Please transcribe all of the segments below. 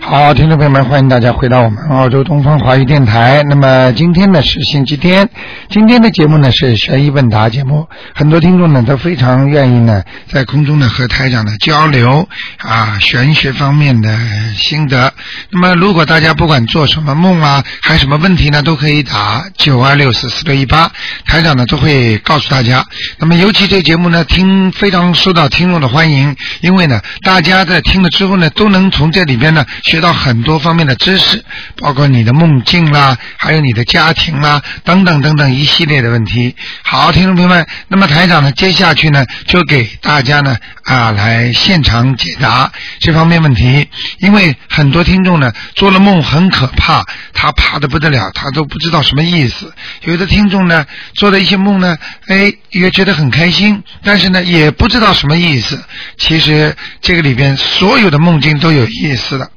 好，听众朋友们，欢迎大家回到我们澳洲东方华语电台。那么今天呢是星期天，今天的节目呢是悬疑问答节目，很多听众呢都非常愿意呢在空中呢和台长呢交流啊玄学方面的心得。那么如果大家不管做什么梦啊，还有什么问题呢，都可以打九二六四四六一八，台长呢都会告诉大家。那么尤其这节目呢，听非常受到听众的欢迎，因为呢大家在听了之后呢，都能从这里边呢学。学到很多方面的知识，包括你的梦境啦，还有你的家庭啦，等等等等一系列的问题。好，听众朋友们，那么台长呢，接下去呢，就给大家呢啊来现场解答这方面问题。因为很多听众呢做了梦很可怕，他怕的不得了，他都不知道什么意思。有的听众呢做了一些梦呢，哎也觉得很开心，但是呢也不知道什么意思。其实这个里边所有的梦境都有意思的。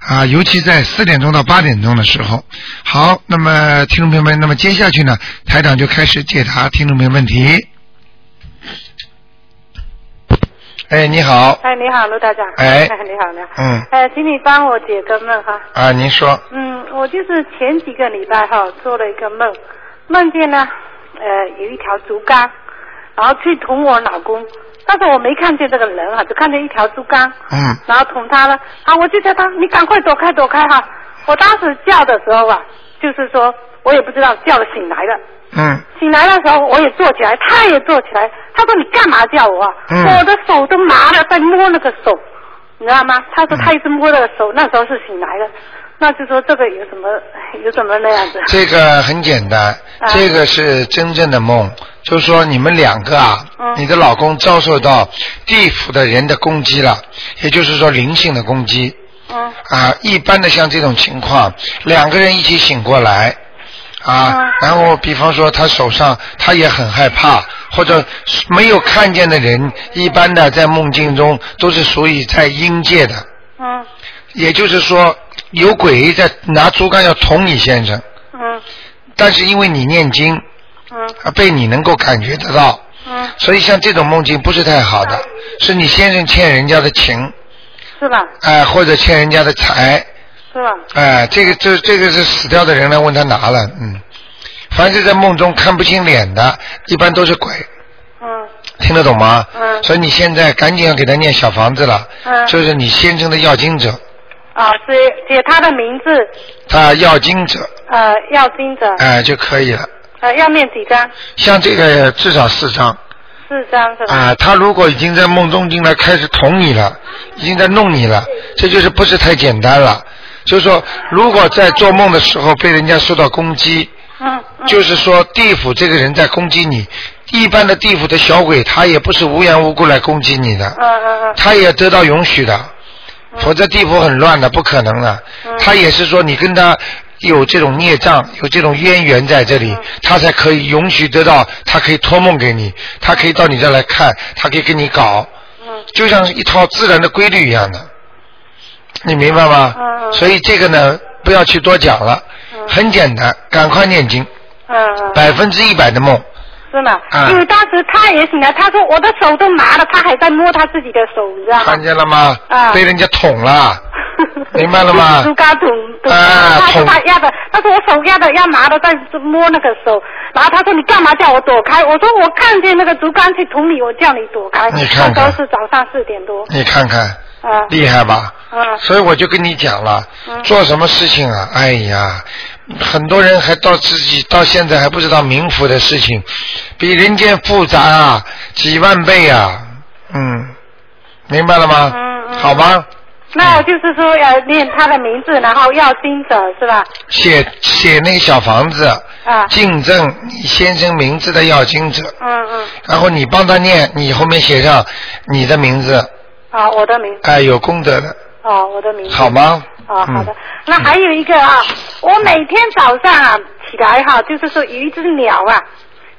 啊，尤其在四点钟到八点钟的时候。好，那么听众朋友们，那么接下去呢，台长就开始解答听众朋友问题。哎，你好，哎，你好，陆大长。哎你好，你好。嗯，哎，请你帮我解个梦哈。啊，您说，嗯，我就是前几个礼拜哈做了一个梦，梦见呢，呃，有一条竹竿，然后去捅我老公，但是我没看见这个人啊，只看见一条竹竿，嗯然后捅他了。啊，我就叫他，你赶快躲开，躲开哈！我当时叫的时候啊，就是说我也不知道叫了醒来了。嗯醒来的时候，我也坐起来，他也坐起来。他说：“你干嘛叫我啊？”嗯我的手都麻了，在摸那个手，你知道吗？他说嗯他一直摸那个手，那时候是醒来的。那就说这个有什么有什么那样子？这个很简单，啊这个是真正的梦，就是说你们两个啊，嗯你的老公遭受到地府的人的攻击了，也就是说灵性的攻击。嗯啊，一般的像这种情况，两个人一起醒过来，啊嗯，然后比方说他手上他也很害怕，或者没有看见的人，一般的在梦境中都是属于在阴界的，嗯也就是说有鬼在拿竹竿要捅你先生，嗯但是因为你念经，嗯啊被你能够感觉得到，嗯，所以像这种梦境不是太好的，是你先生欠人家的情，是吧？哎、或者欠人家的财，是吧？哎，这个这这个是死掉的人来问他拿了，嗯，凡是在梦中看不清脸的，一般都是鬼，嗯听得懂吗？嗯所以你现在赶紧要给他念小房子了，嗯就是你先生的要经者，啊，写写他的名字，他要经者，呃，要盯着，哎、就可以了。呃，要念几张？像这个至少四张啊、四张是吧？他如果已经在梦中进来开始捅你了，已经在弄你了，这就是不是太简单了。就是说，如果在做梦的时候被人家受到攻击，嗯嗯，就是说地府这个人在攻击你，一般的地府的小鬼他也不是无缘无故来攻击你的，嗯嗯他也得到允许的，否则地府很乱的，不可能的。嗯他也是说你跟他有这种孽障，有这种渊源在这嗯里，他才可以允许得到，他可以托梦给你，他可以到你这儿来看，他可以跟你搞，嗯就像一套自然的规律一样的，你明白吗？嗯嗯所以这个呢，不要去多讲了，嗯很简单，赶快念经。嗯嗯。百分之一百的梦，是吗？啊因为当时他也醒来，他说我的手都麻了，他还在摸他自己的手，你知道看吗？见了吗？啊被人家捅了， 明白了吗竹竿捅，捅啊他说捅他压的，他说我手压的压麻的，在摸那个手，然后他说你干嘛叫我躲开？我说我看见那个竹竿去捅你，我叫你躲开。你看看那时候是早上四点多，你看看，啊厉害吧？啊所以我就跟你讲了，嗯做什么事情啊？哎呀，很多人还到自己到现在还不知道冥府的事情，比人间复杂啊，几万倍啊，嗯，明白了吗？嗯嗯好吗？那我就是说要念他的名字，然后要盯着是吧？写写那个小房子，啊，敬赠你先生名字的要经者，嗯嗯，然后你帮他念，你后面写上你的名字，啊，我的名，哎，有功德的，哦，我的名字。好吗？哦，好的嗯。那还有一个啊，我每天早上啊起来哈、就是说有一只鸟啊，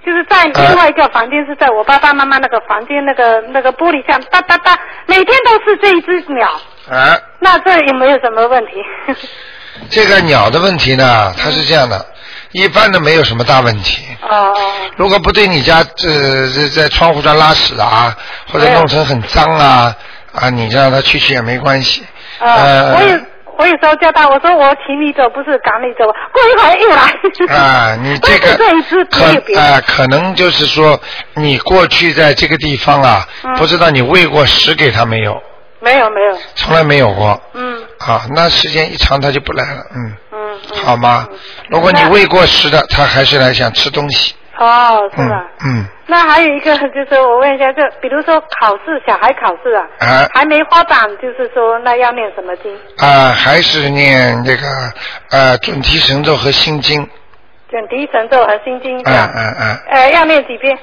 就是在另外一个房间，是在我爸爸妈妈那个房间那个那个玻璃上哒哒哒，每天都是这一只鸟。啊，那这有没有什么问题？ 这个鸟的问题呢，它是这样的，一般的没有什么大问题。哦哦如果不对你家这这在窗户上拉屎啊，或者弄成很脏啊啊，你让它去去也没关系。哦，呃我有我有时候叫他，我说我请你走，不是赶你走，过一会儿又来。 啊，你这个不是这一只，可没有别的啊、可能就是说，你过去在这个地方啊，嗯不知道你喂过食给它没有，没有没有，从来没有过嗯啊。那时间一长，它就不来了，嗯，嗯嗯。好吗？如果你喂过食的，它还是来想吃东西，哦，是嗯吧？嗯那还有一个就是，我问一下，就比如说考试，小孩考试啊， 啊还没发榜，就是说那要念什么经？啊，还是念这个呃准提神咒和心经，准提神咒和心经嗯是吧？嗯嗯，呃，要念几遍？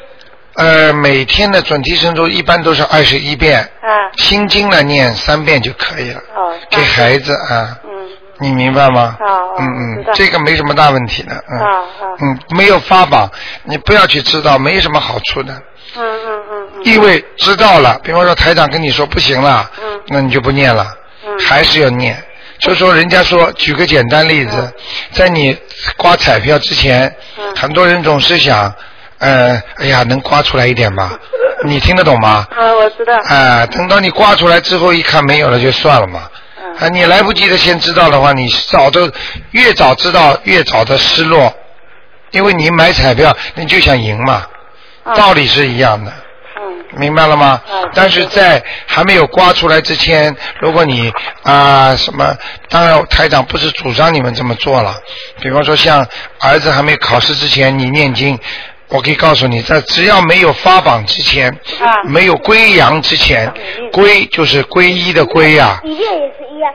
呃，每天的准提神咒一般都是二十一遍，啊，心经呢念三遍就可以了，哦，给那孩子啊。嗯，你明白吗？哦哦嗯知嗯道，这个没什么大问题的，嗯、哦哦嗯，没有发榜，你不要去知道，没什么好处的，嗯嗯嗯嗯因为知道了，比方说台长跟你说不行了，嗯那你就不念了，嗯还是要念。就说人家说，举个简单例子，在你刮彩票之前，嗯很多人总是想，呃，哎呀，能刮出来一点吧？嗯你听得懂吗？啊，我知道，啊、等到你刮出来之后，一看没有了就算了嘛。啊，嗯，你来不及的先知道的话，你早都越早知道越早的失落，因为你买彩票你就想赢嘛，嗯道理是一样的，嗯明白了吗嗯？但是在还没有刮出来之前，如果你啊、什么，当然台长不是主张你们这么做了，比方说像儿子还没考试之前你念经。我可以告诉你，在只要没有发榜之前，啊没有归阳之前，归就是皈依的归呀、嗯一遍也是一样，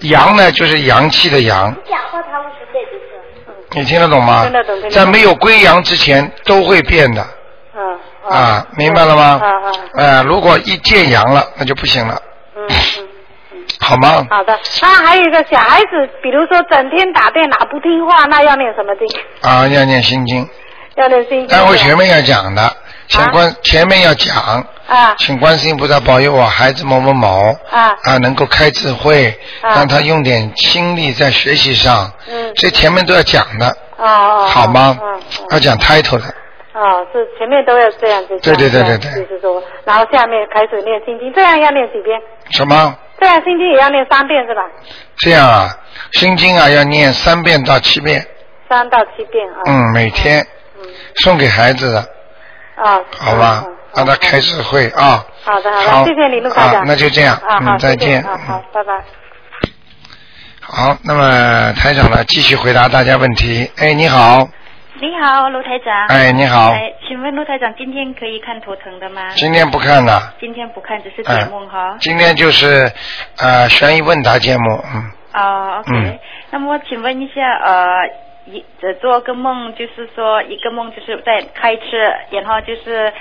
阳呢就是阳气的阳，讲话他们是对就是。你听得懂吗？听得懂听得懂在没有归阳之前都会变的嗯啊，明白了吗？啊啊，呃，如果一见阳了，那就不行了，嗯嗯。好吗？好的，那还有一个小孩子，比如说整天打电脑不听话，那要念什么经？ 啊，要念心经，要念心经。待会前面要讲的，请啊观前面要讲，啊请观世音菩萨保佑我孩子某某某啊啊能够开智慧，啊让他用点心力在学习上，嗯这前面都要讲的，哦哦，好吗嗯？要讲 title 的，嗯，哦，是前面都要这样子对讲。对对对这对样就是说，然后下面开始念心经，这样要念几遍？什么？这样心经也要念三遍是吧？这样啊，心经啊要念三遍到七遍，三到七遍啊。嗯，每天嗯。送给孩子的，啊，好吧嗯嗯？让他开智慧啊。好的好好的，谢谢你，陆台啊长。那就这样啊，嗯好，谢再谢见啊，好嗯，拜拜。好，那么台长呢，继续回答大家问题。哎，你好，你好，卢台长。哎，你好，哎，请问卢台长今天可以看图腾的吗？今天不看了，今天不看，只是哎解梦哈。今天就是呃悬疑问答节目，嗯，哦，OK、嗯那么请问一下，呃，一呃做个梦，就是说一个梦，就是在开车，然后就是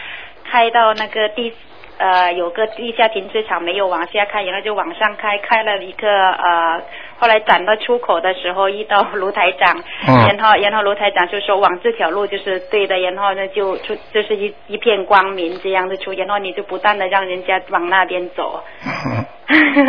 开到那个地，呃，有个地下停车场没有往下开，然后就往上开，开了一个呃，后来转到出口的时候遇到卢台长，嗯然后然后卢台长就说往这条路就是对的，然后呢就出就是一一片光明这样的出，然后你就不断的让人家往那边走，嗯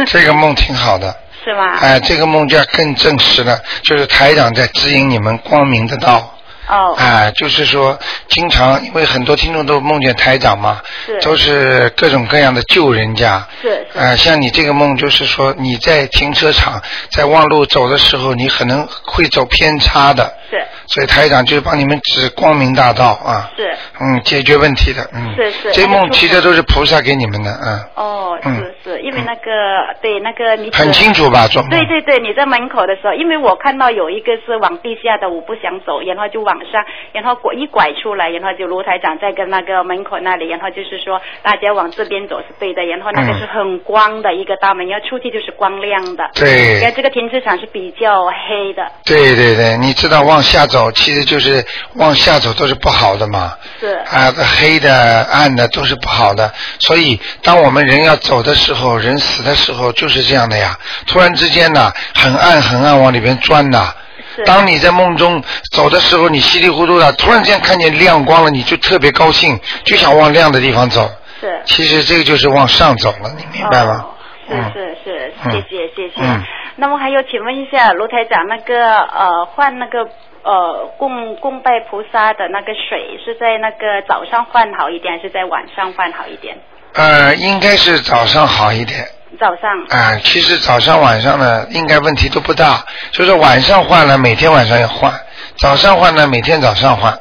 这个梦挺好的，是吗？哎，这个梦就要更证实了，就是台长在指引你们光明的道。哦，啊、就是说，经常因为很多听众都梦见台长嘛，是都是各种各样的救人家。是是呃，像你这个梦，就是说你在停车场在望路走的时候，你可能会走偏差的，是所以台长就是帮你们指光明大道啊。是。嗯，解决问题的，嗯。是是这梦其那实个都是菩萨给你们的，嗯。哦，嗯是是，因为那个对那个你很清楚。楚吧，做梦？对对对，你在门口的时候，因为我看到有一个是往地下的，我不想走，然后就往上，然后拐一拐出来，然后就卢台长在跟那个门口那里，然后就是说大家往这边走是对的，然后那个嗯是很光的一个大门，然后出去就是光亮的，对然后这个停车场是比较黑的，对对对，你知道往下走，其实就是往下走都是不好的嘛。是啊，黑的、暗的都是不好的，所以当我们人要走的时候，人死的时候就是这样的呀。突然之间呢，很暗很暗，往里边钻呐。是当你在梦中走的时候，你稀里糊涂的，突然间看见亮光了，你就特别高兴，就想往亮的地方走。是。其实这个就是往上走了，你明白吗哦？嗯是是是，嗯谢谢谢谢。嗯那么还有，请问一下卢台长，那个呃，换那个呃供供拜菩萨的那个水是在那个早上换好一点，还是在晚上换好一点？呃，应该是早上好一点。早上啊、其实早上晚上呢，应该问题都不大。就是晚上换呢，每天晚上要换；早上换呢，每天早上换。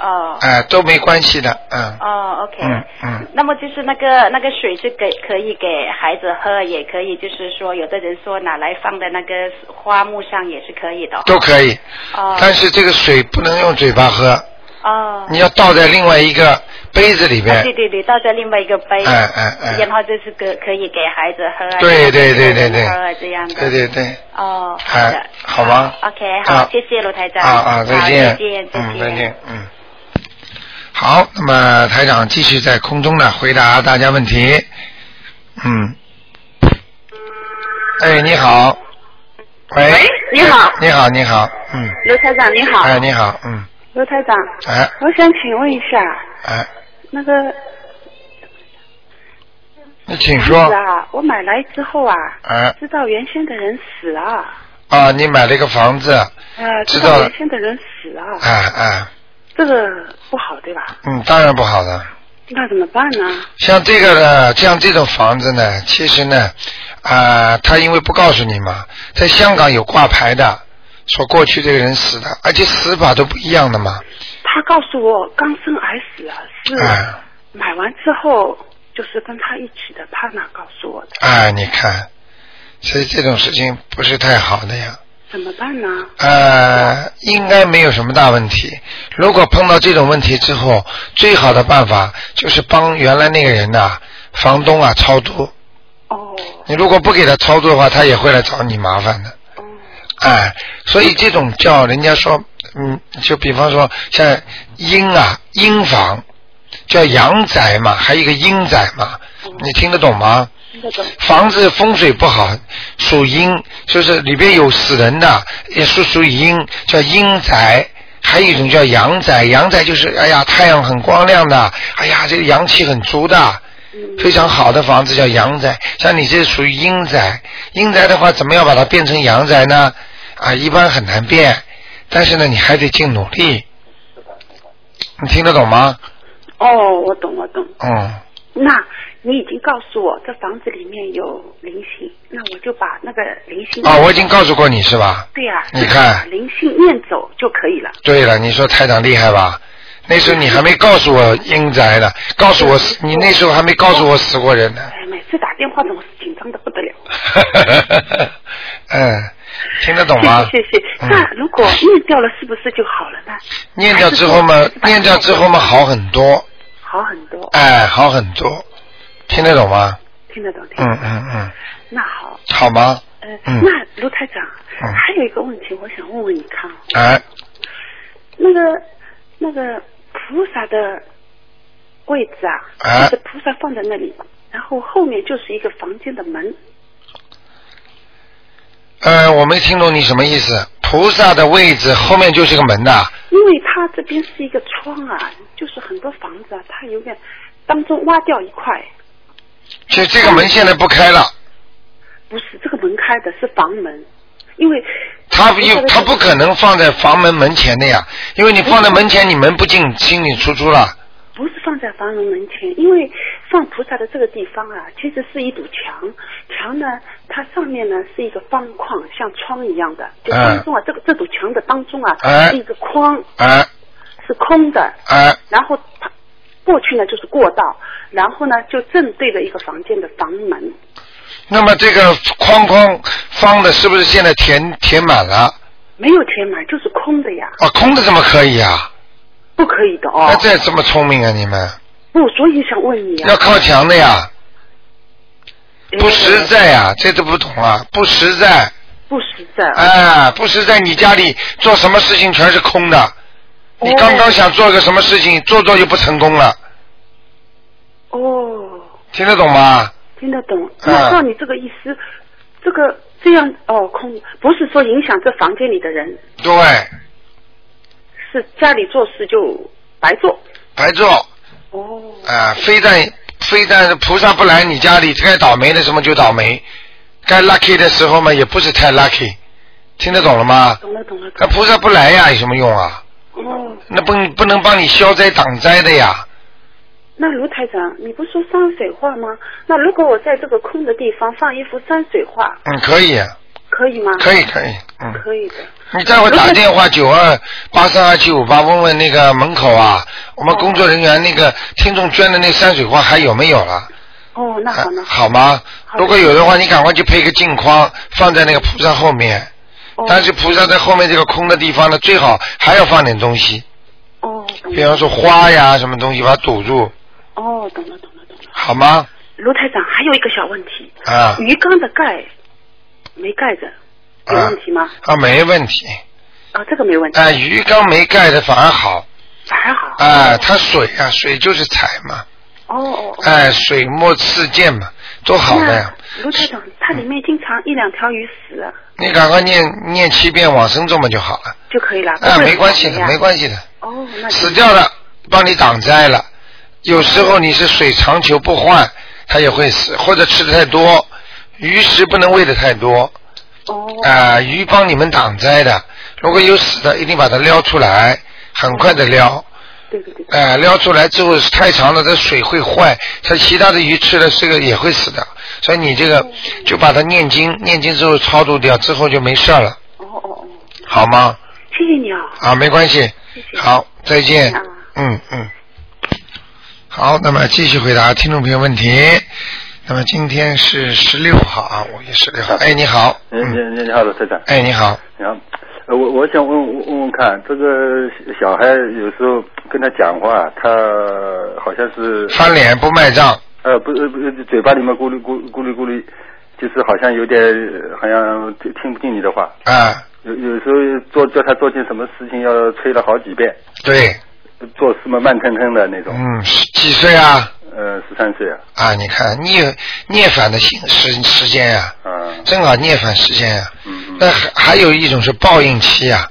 哦。哎、都没关系的，嗯。哦，OK，嗯嗯那么就是那个那个水是给可以给孩子喝，也可以就是说，有的人说拿来放在那个花木上也是可以的。都可以，哦但是这个水不能用嘴巴喝，哦，你要倒在另外一个杯子里边。啊对对对，倒在另外一个杯，哎哎哎然后就是可可以给孩子喝啊，对对对对给孩子喝这样对，对的，对对，哦，好的哎，，好吗？OK，好，啊谢谢卢台长，啊啊，再见，好再见，嗯，再见，嗯。好，那么台长继续在空中呢回答大家问题。嗯。哎，你好。喂。你好，你好，你好，嗯，刘台长啊你好，哎，你好，嗯，刘台长，哎，我想请问一下，哎，那个你请房说子，啊，我买来之后啊，哎，知道原先的人死了啊，啊，你买了一个房子，呃，知知道道了原先的人死了啊，哎哎，这个不好对吧？嗯，当然不好的，那怎么办呢？像这个呢，像这种房子呢，其实呢，啊、他因为不告诉你嘛，在香港有挂牌的，说过去这个人死的，而且死法都不一样的嘛，他告诉我刚生儿死啊，是哎、买完之后就是跟他一起的 partner 告诉我的，哎、你看，所以这种事情不是太好的呀。怎么办呢？呃，应该没有什么大问题。如果碰到这种问题之后，最好的办法就是帮原来那个人呐、房东啊超度。哦你如果不给他超度的话，他也会来找你麻烦的。哦哎，所以这种叫人家说，嗯，就比方说像阴啊阴房，叫阳宅嘛，还有一个阴宅嘛，哦你听得懂吗？听得懂房子风水不好，属阴，就是里边有死人的，也是属于阴，叫阴宅。还有一种叫阳宅，阳宅就是哎呀，太阳很光亮的，哎呀，这个阳气很足的，非常好的房子叫阳宅。像你这属于阴宅，阴宅的话，怎么样把它变成阳宅呢？啊，一般很难变，但是呢，你还得尽努力。你听得懂吗？哦，我懂我懂。嗯。那你已经告诉我这房子里面有灵性，那我就把那个灵性啊，我已经告诉过你是吧？对呀、你看把灵性念走就可以了。对了，你说台长厉害吧？那时候你还没告诉我阴宅呢，告诉我死，你那时候还没告诉我死过人呢。哎，每次打电话总是紧张的不得了。嗯，听得懂吗？谢谢谢谢。嗯那如果念掉了，是不是就好了呢？念掉之后嘛，念掉之后嘛，好很多，好很多，哎，好很多，听得懂吗？听得懂听得嗯懂。嗯嗯，那好，好吗？呃，嗯那卢台长、嗯还有一个问题，我想问问你看，哎，那个那个菩萨的位置啊，哎就是菩萨放在那里，然后后面就是一个房间的门。呃，我没听懂你什么意思。菩萨的位置后面就是个门呐、因为它这边是一个窗啊，就是很多房子啊，它有点当中挖掉一块，就这个门现在不开了，不是这个门开的，是房门，因为他不他不可能放在房门门前的呀，因为你放在门前，你门不进，进进出出了。不是放在房门门前，因为放菩萨的这个地方啊，其实是一堵墙，墙呢，它上面呢是一个方框，像窗一样的，就当中啊，这个这堵墙的当中啊、哎是一个框，哎是空的，哎然后它过去呢就是过道，然后呢就正对着一个房间的房门。那么这个框框方的，是不是现在填填满了？没有填满，就是空的呀，啊，空的怎么可以啊？不可以的哦那。这这么聪明啊，你们不，所以想问你啊要，靠墙的呀，呃不实在呀，这都不懂啊，不实在，不实在。哎，不实在，你家里做什么事情全是空的，你刚刚想做个什么事情，做做就不成功了，哦，听得懂吗？听得懂。嗯那照你这个意思，这个这样哦，空不是说影响这房间里的人，对，是家里做事就白做。白做啊、哦，非但非但菩萨不来你家里，该倒霉的时候就倒霉，该 lucky 的时候嘛也不是太 lucky，听得懂了吗？懂了懂了懂那菩萨不来呀有什么用啊？了。哦，那不不能帮你消灾挡灾的呀。那卢台长，你不是说山水画吗？那如果我在这个空的地方放一幅山水画，嗯，可以，可以吗？可以，可以，嗯。可以的。你待会打电话九二八三二七五八问问那个门口啊，我们工作人员那个听众捐的那山水画还有没有了？哦，那好呢啊。好吗？好的如果有的话，你赶快去配个镜框放在那个菩萨后面。哦但是菩萨在后面这个空的地方呢，最好还要放点东西，哦，懂比了。方说花呀什么东西把它堵住，哦，懂了懂了懂了。好吗？卢台长，还有一个小问题，啊鱼缸的盖没盖着，有啊问题吗？啊，没问题。哦，这个没问题，啊，鱼缸没盖的反而好。反而好。啊，它水啊，水就是财嘛，哦哦哦。哎，水墨刺剑嘛，多好的呀！那卢台长，它里面经常一两条鱼死啊你赶快念念七遍往生咒嘛就好了。就可以了。啊，不会没关系死的，呀没关系的，哦，那死掉了帮你挡灾了。有时候你是水长求不换，它也会死，或者吃的太多，鱼食不能喂的太多哦啊、鱼帮你们挡灾的。如果有死的，一定把它撩出来，很快的撩。对对对，哎、撩出来之后太长了，这水会坏，它其他的鱼吃了这个也会死的，所以你这哦个就把它念经，念经之后超度掉，之后就没事儿了，哦哦哦，好吗？谢谢你啊，啊，没关系，谢谢。好，再见啊。嗯嗯。好，那么继续回答听众朋友问题。那么今天是十六号啊，五月十六号。哎，你好。哎，你嗯。你你好，罗台长。哎，你好。然后，呃我我想问问问问看，这个小孩有时候跟他讲话，他好像是翻脸不卖账，呃不是不是嘴巴里面咕噜咕咕噜咕噜，就是好像有点呃好像听听不进你的话。啊，有有时候做叫他做件什么事情要催了好几遍，对，做事嘛慢腾腾的那种。嗯，十几岁啊？呃，十三岁啊，啊，你看涅涅反的形时时间呀、啊、啊，正好涅反时间呀、啊。嗯那嗯，还还有一种是报应期啊，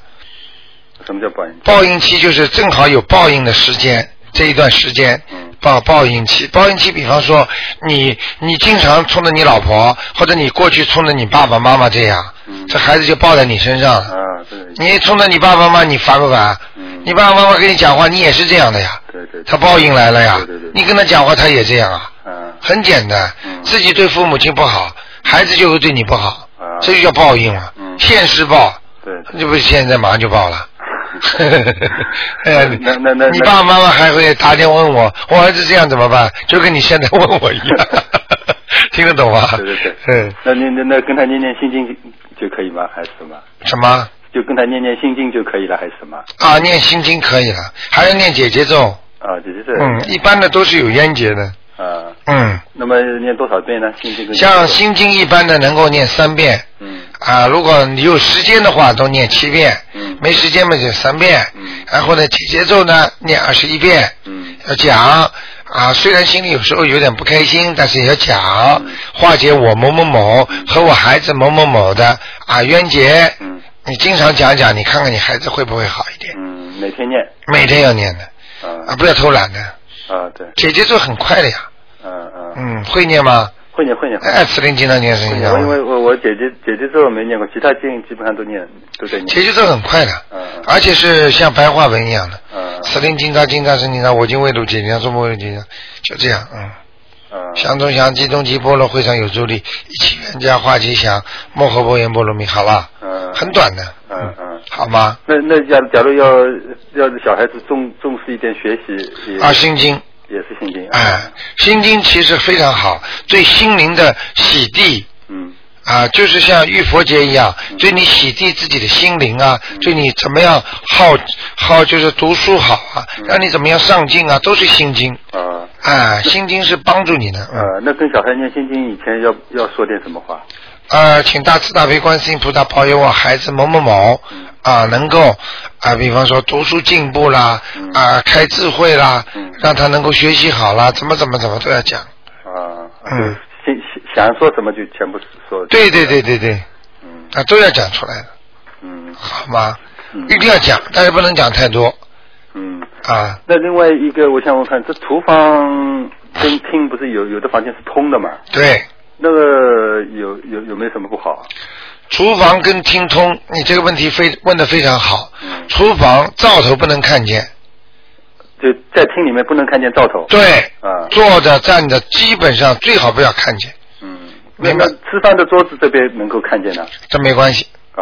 什么叫报应？报应期就是正好有报应的时间，这一段时间嗯报报应期。报应期，比方说你你经常冲着你老婆，或者你过去冲着你爸爸妈妈这样，嗯这孩子就抱在你身上了。啊，对，你冲着你爸爸妈妈，你烦不烦？嗯你爸爸妈妈跟你讲话，你也是这样的呀。对对，他报应来了呀对对对。你跟他讲话，他也这样啊。啊很简单，嗯自己对父母亲不好，孩子就会对你不好，啊，这就叫报应了。嗯现世报，对，对这不是现在马上就报 了。 哎呀，那那那你爸爸妈妈还会打电话问我，我儿子这样怎么办？就跟你现在问我一样， 听得懂吗？对对对，嗯，那你那那跟他念念心经就可以吗？还是什么？什么就跟他念念心经就可以了，还是什么？啊？念心经可以了，还要念姐姐咒。啊，就是这。嗯，一般的都是有冤结的。啊，嗯，那么念多少遍呢？心经跟像心经一般的能够念三遍嗯啊，如果你有时间的话，都念七遍。嗯没时间嘛就三遍，嗯然后呢姐姐咒呢念二十一遍，嗯要讲啊，虽然心里有时候有点不开心，但是也要讲，嗯化解我某某某和我孩子某某某的啊冤结。嗯你经常讲讲，你看看你孩子会不会好一点？嗯，每天念每天要念的啊，啊不要偷懒的。啊对，姐姐咒很快的呀，嗯嗯，嗯，会念吗？会念会念会哎，慈玲经常念是念，你知会念道因吗为？我我姐姐姐姐咒没念过，其他经基本上都念都在姐念。姐咒很快的嗯，而且是像白话文一样的。嗯司令金刚金刚是金刚，我今未度解经，说不未度解经，就这样，嗯。嗯祥中祥，吉中吉，波罗会上有助力，一起冤家化吉祥，莫诃波言波罗蜜，好了，嗯，很短的，嗯嗯。好吗？那那假假如要要是小孩子重重视一点学习，也啊，心经，也是心经。哎，心经其实非常好，对心灵的洗涤嗯啊，就是像浴佛节一样，对你洗涤自己的心灵啊，嗯对你怎么样好好就是读书好啊，嗯让你怎么样上进啊，都是心经，啊啊，心经是帮助你的，嗯。呃，那跟小孩念心经以前要要说点什么话？呃，请大慈大悲观世音菩萨保佑我孩子某某某嗯啊、能够啊、比方说读书进步啦，嗯啊、开智慧啦嗯，让他能够学习好啦，怎么怎么怎么都要讲。啊，嗯就想想说什么就全部说。对对对对对，啊，都要讲出来的，嗯好吗？嗯一定要讲，但是不能讲太多嗯。啊。那另外一个，我想问看，这厨房跟厅不是有有的房间是通的嘛？对，那个有有有没有什么不好？啊厨房跟厅通，你这个问题非问的非常好。嗯厨房灶头不能看见，就在厅里面不能看见灶头。对，啊，坐着站着基本上最好不要看见，嗯，那明白那吃饭的桌子这边能够看见的这没关系。啊，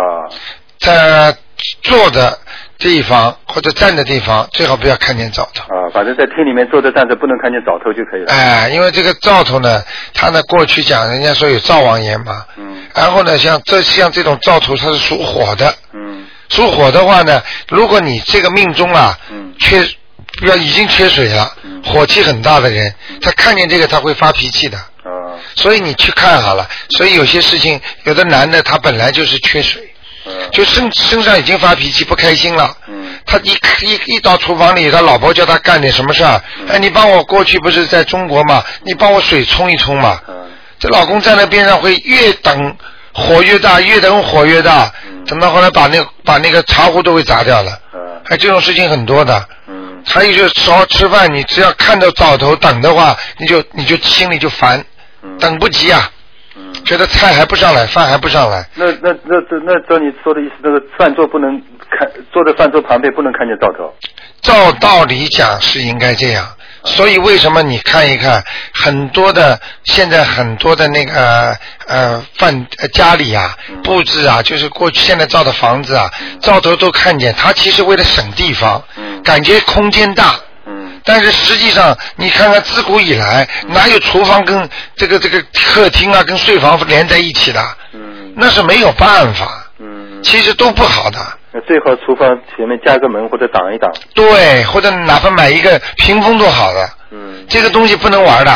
在坐的地方或者站的地方最好不要看见灶头。啊，反正在厅里面坐着站着不能看见灶头就可以了。哎，因为这个灶头呢，它呢过去讲人家说有灶王爷嘛，嗯然后呢，像这像这种灶头它是属火的，嗯属火的话呢，如果你这个命中啊嗯缺要已经缺水了嗯，火气很大的人，他看见这个他会发脾气的，啊所以你去看好了。所以有些事情，有的男的他本来就是缺水，嗯就身身上已经发脾气不开心了，嗯他一一一到厨房里，他老婆叫他干点什么事儿，嗯哎，你帮我过去不是在中国嘛，你帮我水冲一冲嘛，嗯这老公站在边上会越等火越大，越等火越大嗯，等到后来把那个把那个茶壶都给砸掉了。啊哎，这种事情很多的。嗯还有就是吃好吃饭，你只要看到灶头等的话，你就你就心里就烦，嗯等不及啊，嗯，觉得菜还不上来，饭还不上来。那那那那那照你说的意思，那个饭桌不能看，坐在饭桌旁边不能看见灶头。照道理讲是应该这样，所以为什么你看一看很多的现在很多的那个呃饭呃家里啊嗯布置啊，就是过去现在造的房子啊，灶头都看见，他其实为了省地方嗯，感觉空间大。嗯但是实际上，你看看自古以来，哪有厨房跟这个这个客厅啊跟睡房连在一起的？嗯那是没有办法，嗯，其实都不好的。那最好厨房前面加个门或者挡一挡。对，或者哪怕买一个屏风都好的，嗯这个东西不能玩的，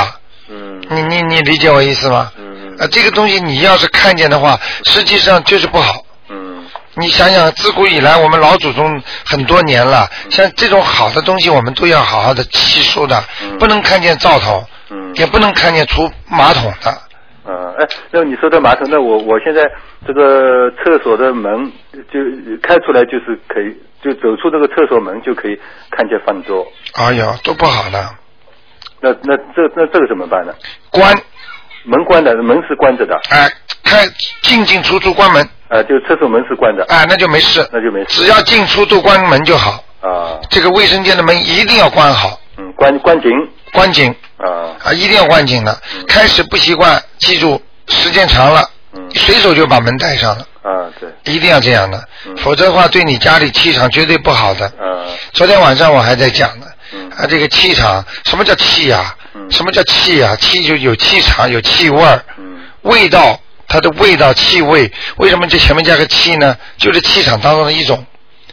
嗯你你你理解我意思吗？嗯啊，这个东西你要是看见的话，实际上就是不好。嗯你想想，自古以来我们老祖宗很多年了，嗯像这种好的东西，我们都要好好的吸收的，不能看见灶头，嗯也不能看见出马桶的。啊，哎，那你说的马桶，那我我现在这个厕所的门就开出来，就是可以，就走出这个厕所门就可以看见饭桌。哎呦，都不好的，那那这那这个怎么办呢？关门关的，门是关着的，哎、开进进出出关门啊，就厕所门是关着，哎、那就没事，那就没事只要进出都关门就好。啊，这个卫生间的门一定要关好，嗯，关关紧关紧啊，啊，一定要关紧的。开始不习惯，记住，时间长了，嗯随手就把门带上了，啊，对，一定要这样的，嗯否则的话对你家里气场绝对不好的。啊，昨天晚上我还在讲呢嗯，啊，这个气场，什么叫气呀、嗯什么叫气呀、气就有气场，有气味儿，嗯味道，它的味道、气味，为什么这前面加个气呢？就是气场当中的一种。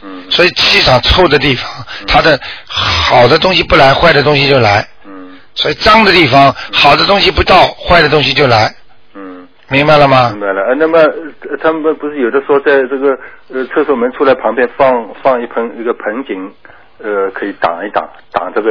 嗯所以气场臭的地方，它的好的东西不来，坏的东西就来。嗯所以脏的地方，好的东西不到，坏的东西就来，嗯，明白了吗明？白了。呃，那么呃他们不是有的说，在这个呃厕所门出来旁边放放一盆一个盆景，呃，可以挡一挡，挡这个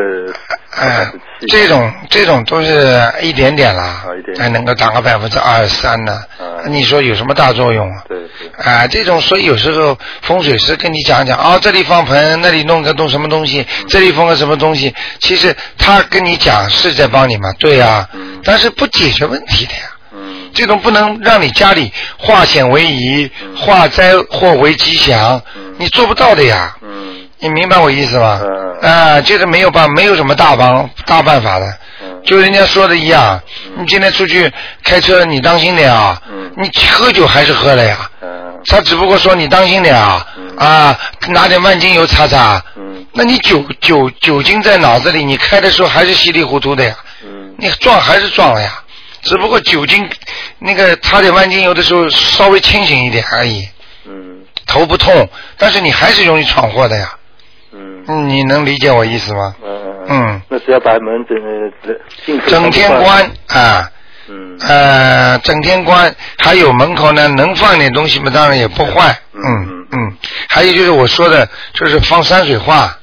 哎这个，气这种这种都是一点点啦啊一点，点还能够达个百分之二三呢啊。你说有什么大作用啊？对对，啊，这种所以有时候风水师跟你讲讲，哦，这里放盆，那里弄个弄什么东西，嗯这里放个什么东西，其实他跟你讲是在帮你嘛，对呀、嗯但是不解决问题的呀。嗯这种不能让你家里化险为夷、嗯化灾祸为吉祥，你做不到的呀。嗯你明白我意思吗？嗯啊，就是没有办，没有什么大帮大办法的。嗯就人家说的一样，你今天出去开车，你当心点啊！嗯你喝酒还是喝了呀？嗯他只不过说你当心点啊！啊，拿点万金油擦擦。嗯那你酒酒酒精在脑子里，你开的时候还是稀里糊涂的呀。嗯你撞还是撞了呀，只不过酒精那个擦点万金油的时候稍微清醒一点而已，嗯头不痛，但是你还是容易闯祸的呀。嗯嗯嗯你能理解我意思吗？嗯嗯，那只要把门整整进去整天关，啊，嗯呃，整天关，还有门口呢，能放点东西嘛，当然也不坏。嗯嗯嗯，还有就是我说的，就是放山水画，啊，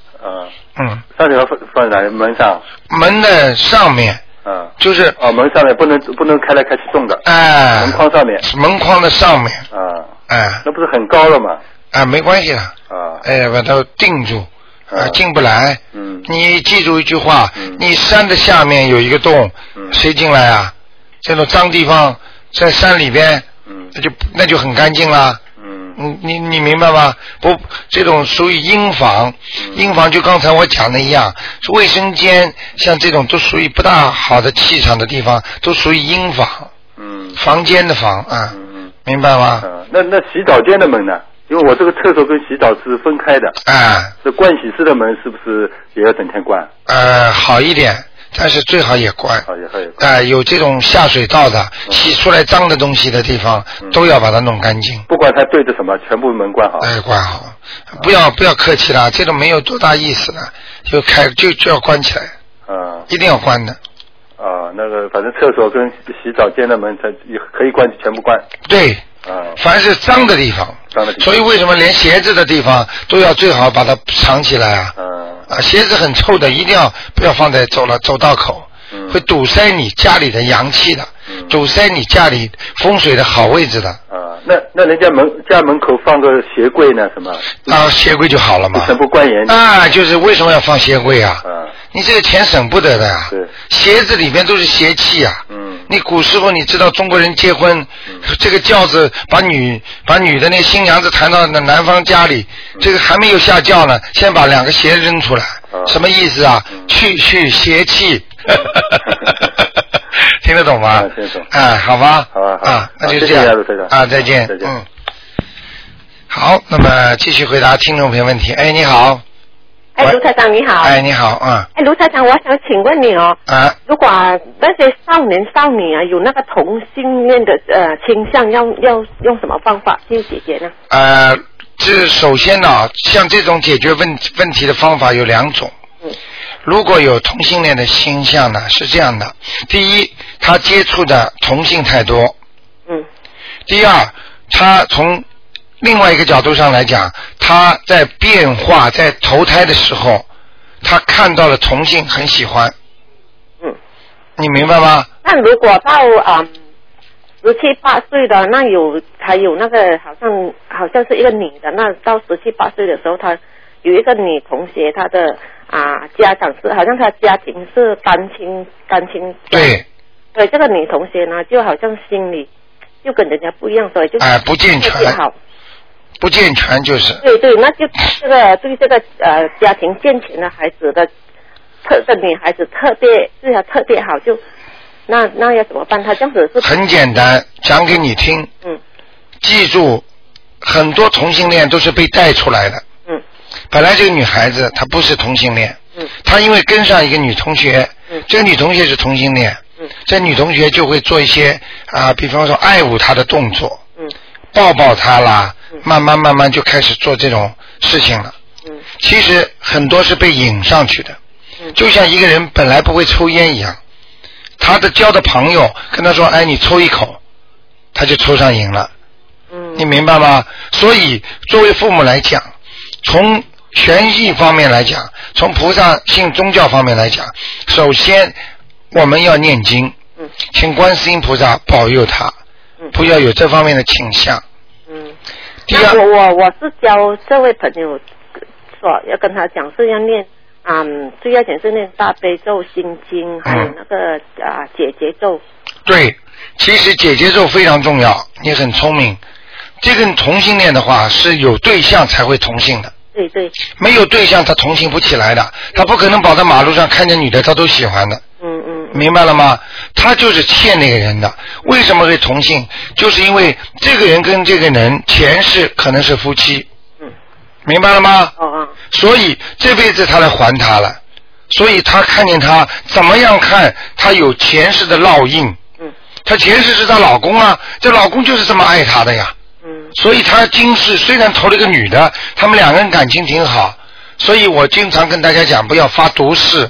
嗯，上面放放在门上门的上面啊。就是，哦，门上面不能不能开来开去动的，哎、门框上面门框的上面，啊，哎那不是很高了吗？哎，没关系的，啊，哎，把它定住，啊，啊进不来。嗯，你记住一句话嗯，你山的下面有一个洞，嗯谁进来啊？这种脏地方在山里边，嗯那就那就很干净啦。嗯嗯，你你明白吗？不，这种属于阴房，嗯阴房就刚才我讲的一样，是卫生间，像这种都属于不大好的气场的地方，都属于阴房，嗯房间的房啊，嗯明白嗯，吗？啊，那那洗澡间的门呢？因为我这个厕所跟洗澡是分开的，哎，这盥洗室的门是不是也要整天关？呃，好一点，但是最好也关。啊，也还有关。哎、有这种下水道的，嗯洗出来脏的东西的地方，嗯都要把它弄干净。不管它对着什么，全部门关好。哎，关好，嗯不要不要客气啦，这种没有多大意思的，就开就就要关起来，啊一定要关的。啊，那个反正厕所跟洗澡间的门，它也可以关，全部关。对，啊，凡是脏的地方，脏的地方所以为什么连鞋子的地方都要最好把它藏起来啊？嗯啊，鞋子很臭的，一定要不要放在走了走道口，嗯会堵塞你家里的阳气的，嗯堵塞你家里风水的好位置的。啊，那那人家门家门口放个鞋柜呢，什么？啊，鞋柜就好了嘛。全部关严。啊，就是为什么要放鞋柜啊？啊，你这个钱省不得的啊对。鞋子里面都是邪气啊。嗯你古时候你知道中国人结婚，嗯这个轿子把女把女的那新娘子抬到那男方家里，嗯这个还没有下轿呢，先把两个鞋扔出来，啊什么意思啊？嗯去去邪气。 听得懂吗？啊听得懂哎，好吧。好啊好啊啊，那就这好样谢谢亚洲队长。啊，再见。再见嗯。好，那么继续回答听众朋友问题。哎，你好。哎，卢台长你好。哎，你好，啊哎，卢台长，我想请问你哦，啊，如果那些少年少女啊有那个同性恋的呃倾向，要要用什么方法去解决呢？呃，这首先呢、像这种解决问问题的方法有两种。嗯如果有同性恋的倾向呢，是这样的：第一，他接触的同性太多；嗯第二，他从另外一个角度上来讲，他在变化、在投胎的时候，他看到了同性很喜欢。嗯。你明白吗？那如果到啊十七八岁的那有还有那个好像好像是一个女的，那到十七八岁的时候，她有一个女同学，她的啊家长是好像她家庭是单亲单亲对，对这个女同学呢，就好像心里就跟人家不一样，所以就哎不健全不好。不健全就是。对对，那就这个对这个呃家庭健全的孩子的特的女孩子特别对她特别好，就那那要怎么办？她这样子是很简单，讲给你听。嗯记住，很多同性恋都是被带出来的。嗯本来这个女孩子她不是同性恋，嗯她因为跟上一个女同学，嗯这个女同学是同性恋，嗯这女同学就会做一些啊、比方说爱抚她的动作，嗯抱抱她啦嗯，慢慢慢慢就开始做这种事情了。嗯其实很多是被引上去的，嗯就像一个人本来不会抽烟一样，他的交的朋友跟他说：“哎，你抽一口。”他就抽上瘾了，嗯你明白吗？所以作为父母来讲，从玄义方面来讲，从菩萨信宗教方面来讲，首先我们要念经，嗯请观世音菩萨保佑他嗯，不要有这方面的倾向。嗯。第那二，我我我是教这位朋友说要跟他讲是要念。嗯，最要紧是念大悲咒、心经，还有嗯那个啊解结咒。对，其实姐姐咒非常重要，你很聪明。这个同性恋的话是有对象才会同性的，对对，没有对象他同性不起来的，他不可能跑到马路上看见女的他都喜欢的。嗯嗯嗯明白了吗？他就是欠那个人的。为什么会同性？就是因为这个人跟这个人前世可能是夫妻，嗯，明白了吗？哦哦。所以这辈子他来还他了，所以他看见他怎么样看，他有前世的烙印。嗯，他前世是她老公啊，这老公就是这么爱她的呀。嗯所以他今世虽然投了一个女的，他们两个人感情挺好，所以我经常跟大家讲，不要发毒誓。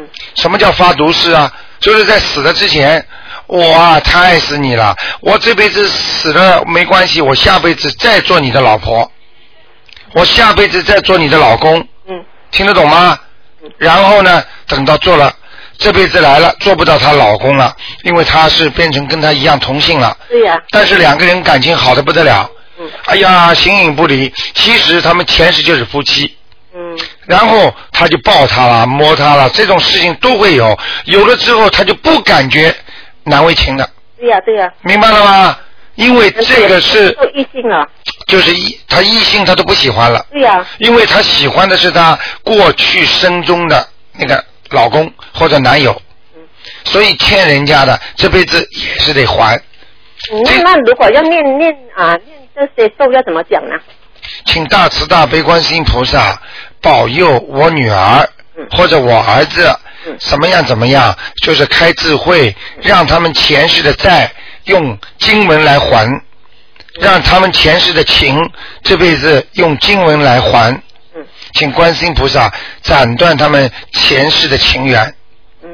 嗯什么叫发毒誓啊？就是在死了之前，我啊太爱死你了，我这辈子死了没关系，我下辈子再做你的老婆，我下辈子再做你的老公，嗯听得懂吗？然后呢，等到做了，这辈子来了做不到她老公了，因为她是变成跟她一样同性了，对呀、但是两个人感情好的不得了，嗯哎呀，形影不离。其实他们前世就是夫妻。嗯然后他就抱他了，摸他了，这种事情都会有。有了之后，他就不感觉难为情了，对呀、对呀、明白了吗？因为这个是受异性了，就是异，他异性他都不喜欢了，对呀、因为他喜欢的是他过去生中的那个老公或者男友，所以欠人家的这辈子也是得还，嗯那那如果要念念啊念这些咒要怎么讲呢？请大慈大悲观世音菩萨保佑我女儿嗯或者我儿子嗯怎么样怎么样，就是开智慧，让他们前世的债用经文来嗯还，让他们前世的情这辈子用经文来还嗯。请观世音菩萨斩断他们前世的情缘，嗯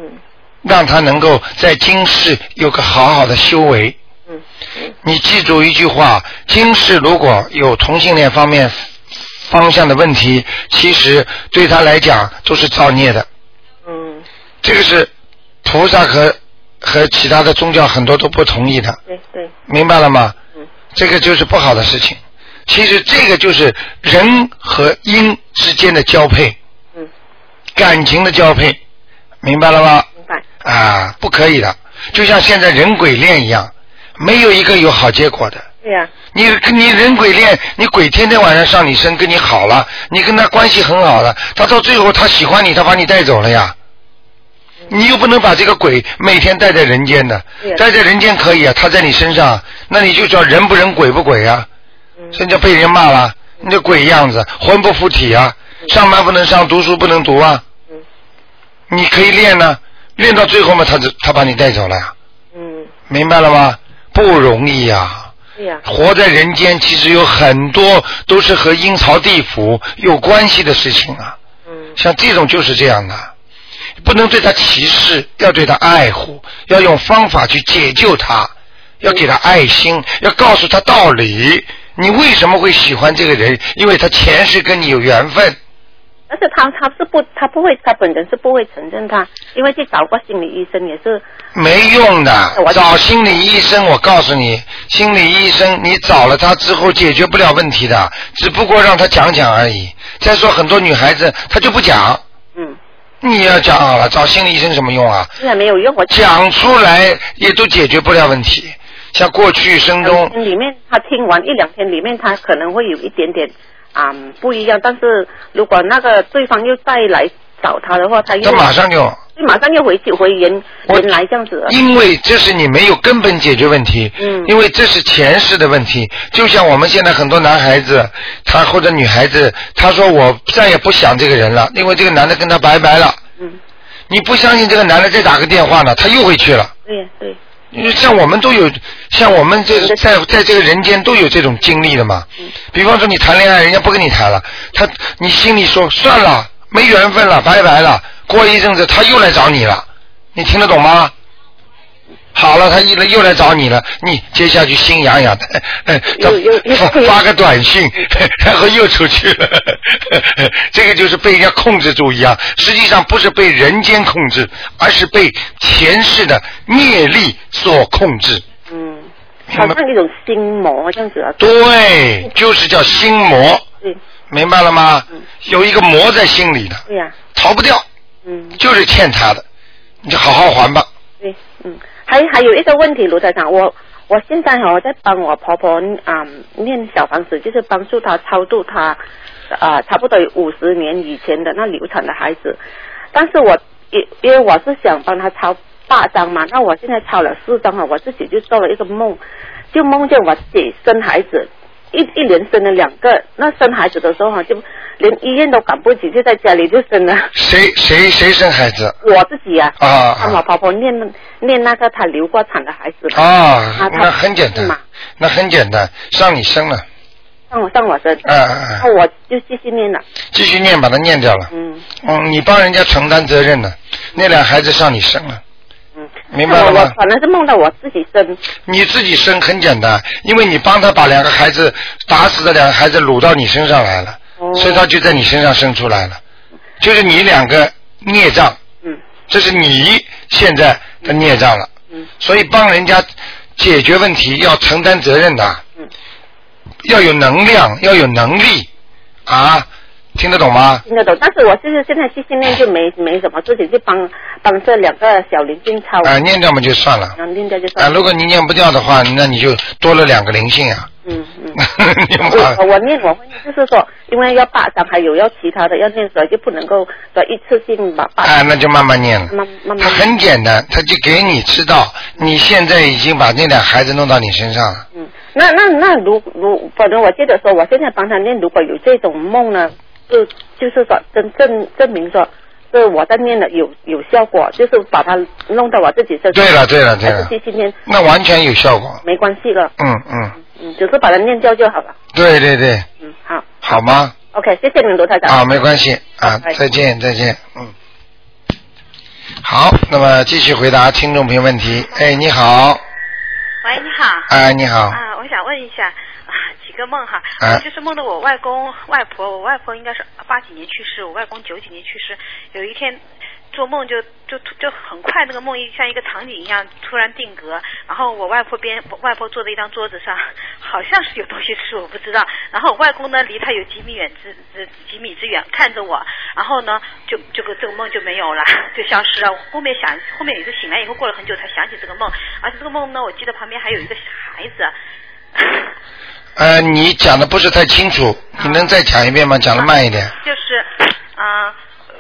让他能够在今世有个好好的修为。嗯你记住一句话：今世如果有同性恋方面方向的问题，其实对他来讲都是造孽的。嗯，这个是菩萨和和其他的宗教很多都不同意的，对对，明白了吗嗯？这个就是不好的事情。其实这个就是人和因之间的交配，嗯，感情的交配，明白了吗？明白。啊，不可以的，就像现在人鬼恋一样，没有一个有好结果的。对呀、你跟你人鬼恋，你鬼天天晚上上你身，跟你好了，你跟他关系很好了，他到最后他喜欢你，他把你带走了呀。你又不能把这个鬼每天带在人间的对，呀带在人间可以啊，他在你身上，那你就叫人不人鬼不鬼啊，嗯人家被人骂了，你这鬼样子，魂不附体啊，上班不能上，读书不能读啊嗯，你可以练呢、练到最后嘛，他就他把你带走了呀，嗯，明白了吗？不容易呀、对呀、活在人间，其实有很多都是和阴曹地府有关系的事情啊。嗯像这种就是这样的，不能对他歧视，要对他爱护，要用方法去解救他，要给他爱心，要告诉他道理。你为什么会喜欢这个人？因为他前世跟你有缘分。但是他他是不他不会他本人是不会承认他，因为去找过心理医生也是没用的我，找心理医生，我告诉你，心理医生你找了他之后解决不了问题的，只不过让他讲讲而已。再说很多女孩子她就不讲，嗯，你要讲好了，找心理医生什么用啊？现在没有用。我讲出来也都解决不了问题。像过去生中，里面他听啊完一两天里面他可能会有一点点啊、嗯不一样，但是如果那个对方又再来找他的话，他他又马上就就马上又回去回原我原来这样子 了。因为这是你没有根本解决问题，嗯因为这是前世的问题。就像我们现在很多男孩子，他或者女孩子，他说我再也不想这个人了，因为这个男的跟他拜拜了。嗯，你不相信这个男的再打个电话呢，他又回去了。对呀对，因为像我们都有，像我们这对在在这个人间都有这种经历的嘛嗯。比方说你谈恋爱，人家不跟你谈了，他你心里说算了，没缘分了，拜拜了。过一阵子他又来找你了，你听得懂吗？好了，他一来又来找你了，你接下去心痒 痒的，哎他又又又发发个短信， 然后又出去了。 这个就是被人家控制住一样，实际上不是被人间控制，而是被前世的业力所控制。嗯，明好白像一种心魔这样子啊。对，就是叫心魔，对明白了吗嗯？有一个魔在心里的，对呀、逃不掉，嗯。就是欠他的，你就好好还吧。对，嗯，还还有一个问题，卢台长，我我现在哈、我在帮我婆婆啊、念小房子，就是帮助她超度她啊、差不多有五十年以前的那流产的孩子，但是我因因为我是想帮她超八张嘛，那我现在超了四张了，我自己就做了一个梦，就梦见我自己生孩子。一一连生了两个，那生孩子的时候哈、就连医院都赶不及，就在家里就生了。谁谁谁生孩子我自己啊，啊帮我啊婆婆念念那个她流过产的孩子嘛，啊？她那很简单嘛，，那很简单，让你生了，上我上我身，啊然啊，啊后我就继续念了，继续念把它念掉了。嗯嗯，你帮人家承担责任了，那俩孩子上你身了。嗯，明白了我吗我反正是梦到我自己生，你自己生很简单，因为你帮他把两个孩子打死的两个孩子掳到你身上来了，哦所以他就在你身上生出来了，就是你两个孽障，嗯这是你现在的孽障了。嗯所以帮人家解决问题要承担责任的。嗯要有能量，要有能力啊，听得懂吗？听得懂，但是我就是现在去训啊练就没没什么，自己去帮帮这两个小灵性操，啊，念掉嘛就算了。能念掉就啊，算了。如果你念不掉的话，那你就多了两个灵性啊。嗯嗯。 你妈我我念我会念，就是说，因为要八张，还有要其他的要念，所以就不能够说一次性把八啊，那就慢慢念了。慢慢慢他很简单，他就给你知道，你现在已经把那俩孩子弄到你身上了。嗯，那那那如如，反正我记得说，我现在帮他念，如果有这种梦呢，就就是说证证证明说，是我在念的有有效果，就是把它弄到我自己身上。对了对了对了而且今天那完全有效果。没关系了，嗯嗯，嗯，只是把它念掉就好了。对对对，嗯，好好吗？ ，OK，谢谢你们罗台长。啊，没关系啊拜，拜再见再见，嗯。好，那么继续回答听众朋友问题。哎，你好，喂，你好。哎，你好，啊，我想问一下啊， 几个梦哈，啊我就是梦到我外公、外婆，我外婆应该是八几年去世，我外公九几年去世。有一天做梦就就就很快，那个梦一像一个场景一样突然定格，然后我外婆边我外婆坐在一张桌子上，好像是有东西吃，我不知道。然后我外公呢离她有几米远之之几米之远看着我，然后呢就这个这个梦就没有了， 就消失了。我后面想后面也是醒来以后过了很久才想起这个梦，而且这个梦呢，我记得旁边还有一个孩子。呃，你讲的不是太清楚，你能再讲一遍吗？讲的慢一点。就是，啊、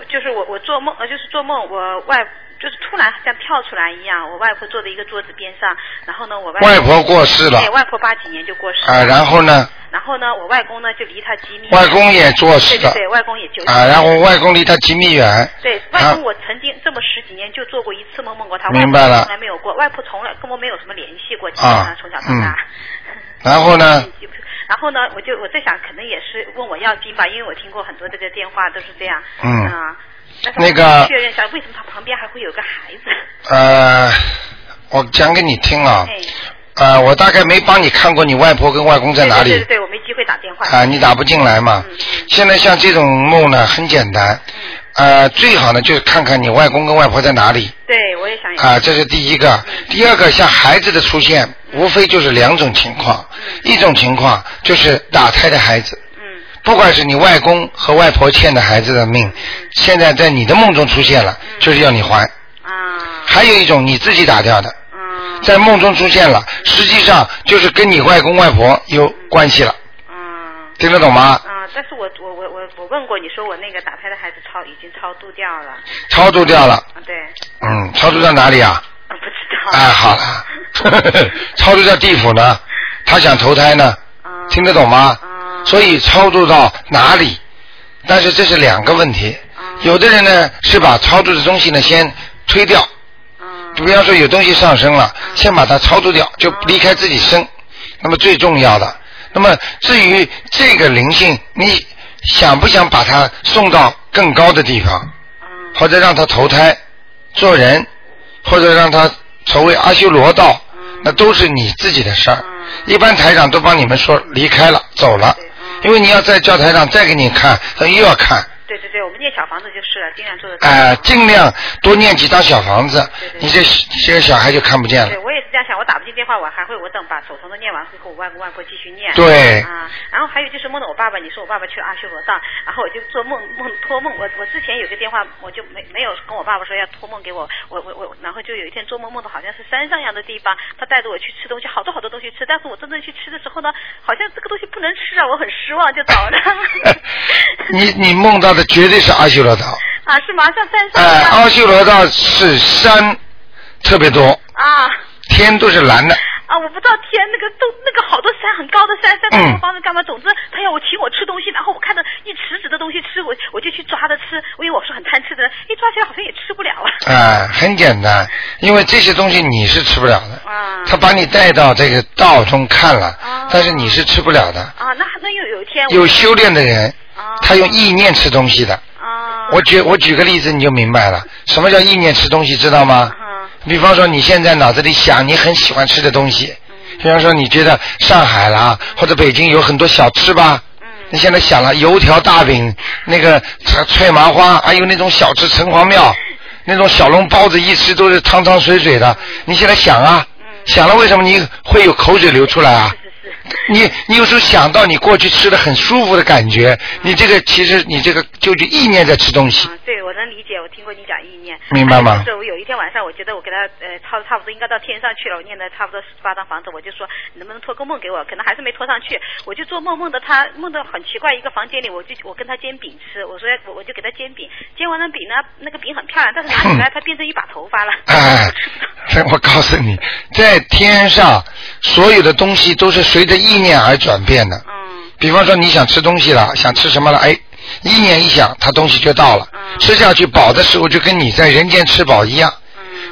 就是我我做梦，呃，就是做梦，我外就是突然像跳出来一样，我外婆坐在一个桌子边上，然后呢，我外外婆过世了对，外婆八几年就过世了啊，然后呢，然后呢，我外公呢就离他几米远，外公也做事对对了对，外公也就是啊，然后外公离他几米远，对，啊外公我曾经这么十几年就做过一次梦，梦过他，明白了外婆从来没有过，外婆从来跟我没有什么联系过，基本啊上从小到大。然后呢，嗯然后呢，我就我在想，可能也是问我要经吧，因为我听过很多这个电话都是这样。嗯啊、但是那我个想确认一下，为什么他旁边还会有个孩 子？呃，我讲给你听啊，哎，呃，我大概没帮你看过你外婆跟外公在哪里对对对对，我没机会打电话。啊，你打不进来嘛。现在像这种梦呢，很简单，呃，最好呢就是看看你外公跟外婆在哪里对，我也想。啊，这是第一个。第二个，像孩子的出现，嗯无非就是两种情况，一种情况就是打胎的孩子。嗯不管是你外公和外婆欠的孩子的命，现在在你的梦中出现了，就是要你还；嗯啊还有一种你自己打掉的，嗯在梦中出现了，实际上就是跟你外公外婆有关系了，嗯听得懂吗？啊！但是我我我我我问过，你说我那个打胎的孩子超已经超度掉了，超度掉了，啊对，嗯，超度到哪里啊？啊不知道。哎，好 了，超度到地府呢，他想投胎呢，啊听得懂吗？啊所以超度到哪里？但是这是两个问题，啊有的人呢是把超度的东西呢先推掉，啊比方说有东西上升了，先把它超度掉，就离开自己身。那么最重要的，那么至于这个灵性，你想不想把它送到更高的地方，啊或者让它投胎做人，或者让它成为阿修罗道，嗯那都是你自己的事儿。一般台长都帮你们说离开了，走了，嗯因为你要再叫台长再给你看，他又要看。对对对，我们念小房子就是了，尽量做的。哎、尽量多念几张小房子，对你这这个小孩就看不见了对，。我也是这样想。我打不进电话，我还会我等把手头的念完，会和我外公外婆继续念。对啊，然后还有就是梦到我爸爸，你说我爸爸去阿修罗道，然后我就做梦梦托梦，我我之前有个电话，我就没没有跟我爸爸说要托梦给我，我我我，然后就有一天做梦梦到好像是山上一样的地方，他带着我去吃东西，好多好多东西吃，但是我真正去吃的时候呢，好像这个东西不能吃啊，我很失望，就走了。你你梦到的绝对是阿修罗道，啊，是马上山上哎、一样阿修罗道是山特别多，啊。天都是蓝的，啊，我不知道天那个都那个好多山很高的山，山嗯东方的干嘛？总之他要我请我吃东西，然后我看着一池子的东西吃，我我就去抓着吃。我以为我是很贪吃的人，一抓起来好像也吃不了啊。 哎、很简单，因为这些东西你是吃不了的，啊他把你带到这个道中看了哦，但是你是吃不了的。啊，那那又有一天我有修炼的人，啊他用意念吃东西的。啊我举我举个例子你就明白了，什么叫意念吃东西，知道吗？啊比方说你现在脑子里想你很喜欢吃的东西，嗯比方说你觉得上海啦或者北京有很多小吃吧，嗯你现在想了油条大饼、那个脆脆麻花，还有那种小吃城隍庙那种小笼包子，一吃都是汤汤水水的。你现在想啊，想了为什么你会有口水流出来啊？你你有时候想到你过去吃的很舒服的感觉，你这个其实你这个就是意念在吃东西。嗯，对，我能理解，我听过你讲意念。明白吗还有哎就是我有一天晚上，我觉得我给他呃抄的差不多，应该到天上去了。我念了差不多十八张房子，我就说你能不能托个梦给我？可能还是没托上去，我就做梦，梦到他梦到很奇怪一个房间里，我就我跟他煎饼吃，我说我我就给他煎饼，煎完了饼呢，那个饼很漂亮，但是拿起来它变成一把头发了。 哎，这我告诉你，在天上所有的东西都是随着意念而转变的。嗯。比方说你想吃东西了，想吃什么了，哎，意念一想，它东西就到了。吃下去饱的时候，就跟你在人间吃饱一样。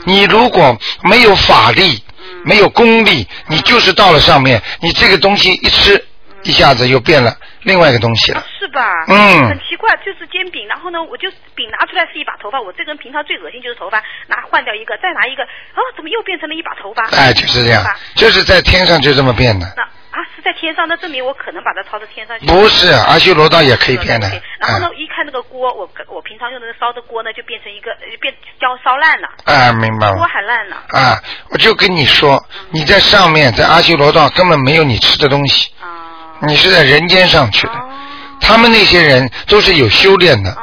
你如果没有法力，没有功力，你就是到了上面，你这个东西一吃，一下子又变了另外一个东西了。是吧？嗯啊很奇怪，就是煎饼，然后呢，我就饼拿出来是一把头发，我这个人平常最恶心就是头发，拿换掉一个，再拿一个，哦，怎么又变成了一把头发？哎，就是这样吧，就是在天上就这么变的。那啊是在天上，那证明我可能把它抄到天上去。不是阿修罗道也可以变的嗯对然后呢，一看那个锅，我我平常用的那烧的锅呢，就变成一个呃变焦烧烂了，哎，明白锅了。还烂了。啊，我就跟你说，你在上面，在阿修罗道根本没有你吃的东西，你是在人间上去的。他们那些人都是有修炼的。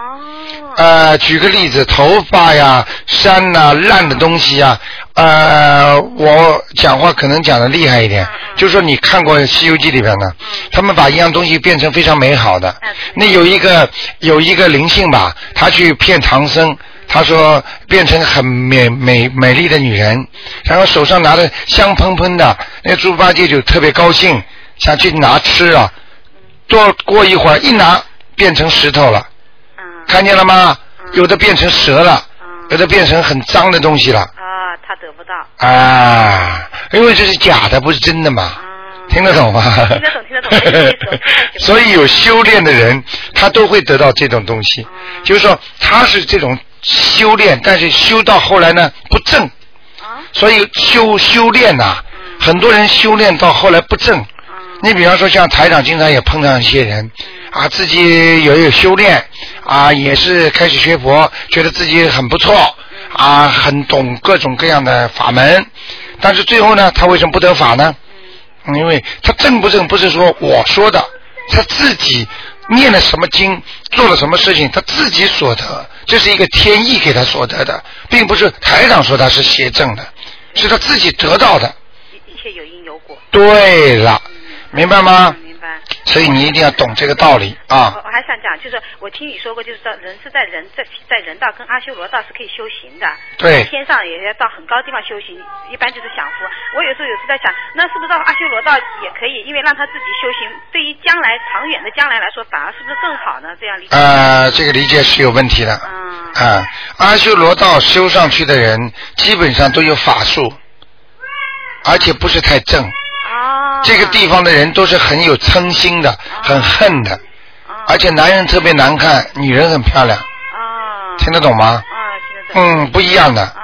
呃，举个例子，头发呀、山呐、烂的东西呀，呃，我讲话可能讲的厉害一点，就说你看过《西游记》里边呢，他们把一样东西变成非常美好的。那有一个有一个灵性吧，他去骗唐僧，他说变成很美美美丽的女人，然后手上拿着香喷喷的，那猪八戒就特别高兴，想去拿吃啊。多过一会儿一拿变成石头了，嗯看见了吗？有的变成蛇了，有的变成很脏的东西了。啊，他得不到。啊，因为这是假的，不是真的嘛。听得懂吗？嗯听得懂听得懂 我的意思我所以有修炼的人，他都会得到这种东西。嗯就是说，他是这种修炼，但是修到后来呢，不正。啊所以修修炼呐、嗯很多人修炼到后来不正。你比方说，像台长经常也碰上一些人，啊，自己也有修炼，啊，也是开始学佛，觉得自己很不错，啊，很懂各种各样的法门，但是最后呢，他为什么不得法呢？嗯因为他正不正不是说我说的，他自己念了什么经，做了什么事情，他自己所得，这是一个天意给他所得的，并不是台长说他是邪正的，是他自己得到的。一切有因有果。对了，明白吗？明白。所以你一定要懂这个道理啊。我我还想讲，就是我听你说过，就是说人是在人在在人道跟阿修罗道是可以修行的，对天上也要到很高地方修行，一般就是享福。我有时候有时在想，那是不是到阿修罗道也可以？因为让他自己修行，对于将来长远的将来来说，反而是不是更好呢？这样理解。呃，这个理解是有问题的。啊，阿修罗道修上去的人，基本上都有法术，而且不是太正。这个地方的人都是很有嗔心的，很恨的，而且男人特别难看，女人很漂亮。听得懂吗？嗯，不一样的。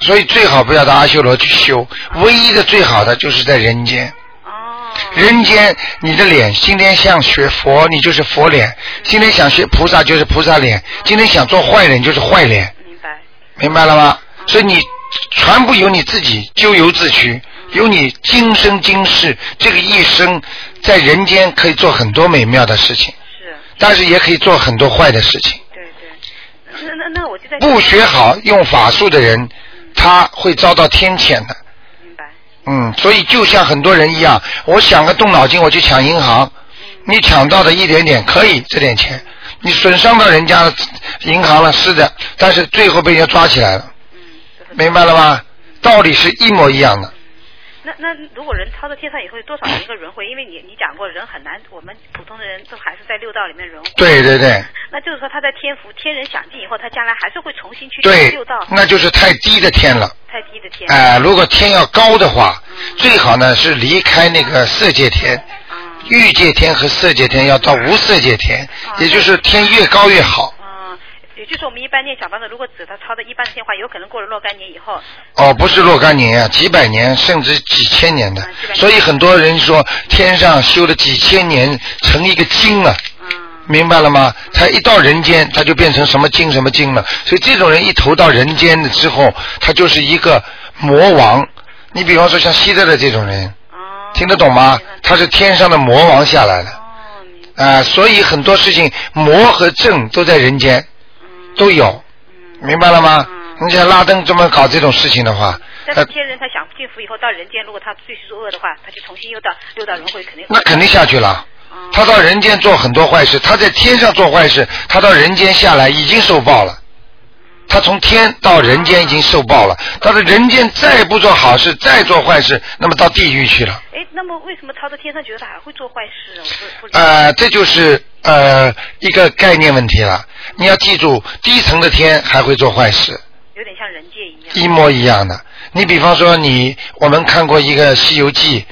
所以最好不要到阿修罗去修，唯一的最好的就是在人间。人间你的脸，今天想学佛，你就是佛脸；嗯今天想学菩萨，就是菩萨脸；今天想做坏人，就是坏脸。明白。明白了吗？所以你全部由你自己咎由自取，由你今生今世这个一生，在人间可以做很多美妙的事情，是，但是也可以做很多坏的事情。那那那我就在不学好用法术的人，他会遭到天谴的。嗯，所以就像很多人一样，我想个动脑筋，我去抢银行，嗯你抢到的一点点可以这点钱，你损伤到人家的银行了，是的，但是最后被人家抓起来了，嗯明白了吗？道理是一模一样的。那那如果人超到天上以后，有多少年一个轮回？因为你你讲过，人很难，我们普通的人都还是在六道里面轮回。对对对那就是说他在天福天人享尽以后，他将来还是会重新去对六道。，那就是太低的天了。太低的天。嗯哎、如果天要高的话，最好呢是离开那个色界天、嗯欲界天和色界天，要到无色界天，嗯也就是天越高越好。也就是我们一般念小房子，如果指他超的一般的天话，有可能过了若干年以后，哦，不是若干年啊，几百年甚至几千年啊的，所以很多人说天上修了几千年成一个经啊，明白了吗？他一到人间，他就变成什么经什么经了。所以这种人一投到人间了之后，他就是一个魔王。你比方说像希特勒这种人，哦听得懂吗？他是天上的魔王下来的，啊、所以很多事情魔和正都在人间，都有，明白了吗？你想拉登这么搞哦这种事情的话，但呃是天人他想进福以后到人间，如果他继续作恶的话，他就重新又到六道轮回，肯定那肯定下去了。哦他到人间做很多坏事，他在天上做坏事，他到人间下来已经受报了。他从天到人间已经受报哦了，他的人间再不做好事，再做坏事，那么到地狱去了。哎，那么为什么他到天上觉得他还会做坏事？我不不呃，这就是呃一个概念问题了。你要记住，低层的天还会做坏事。有点像人界一样。一模一样的。你比方说你，我们看过一个《西游记》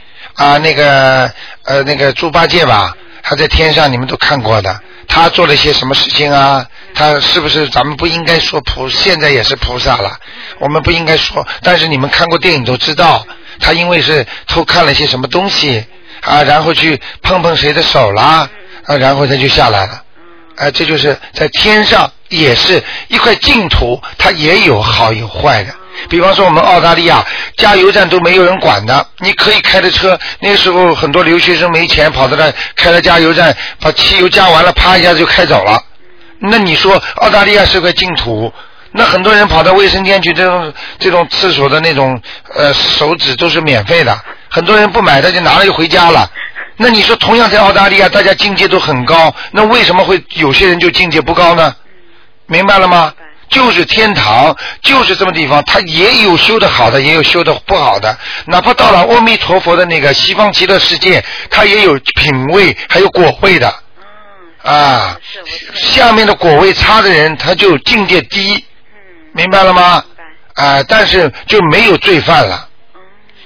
啊，那个呃那个猪八戒吧，他在天上你们都看过的，他做了些什么事情啊？他是不是咱们不应该说菩？现在也是菩萨了，我们不应该说。但是你们看过电影都知道，他因为是偷看了些什么东西啊，然后去碰碰谁的手啦，啊，然后他就下来了。哎、这就是在天上也是一块净土，它也有好有坏的。比方说我们澳大利亚加油站都没有人管的，你可以开着车。那时候很多留学生没钱，跑到那开了加油站，把汽油加完了，啪一下就开走了。那你说澳大利亚是块净土？那很多人跑到卫生间去，这种这种厕所的那种呃手纸都是免费的，很多人不买他就拿了就回家了。那你说同样在澳大利亚，大家境界都很高，那为什么会有些人就境界不高呢？明白了吗？就是天堂，就是这么地方，它也有修的好的，也有修的不好的。哪怕到了阿弥陀佛的那个西方极乐世界，它也有品位，还有果位的。啊，下面的果位差的人，他就境界低，嗯明白嗯了吗？啊，但是就没有罪犯了，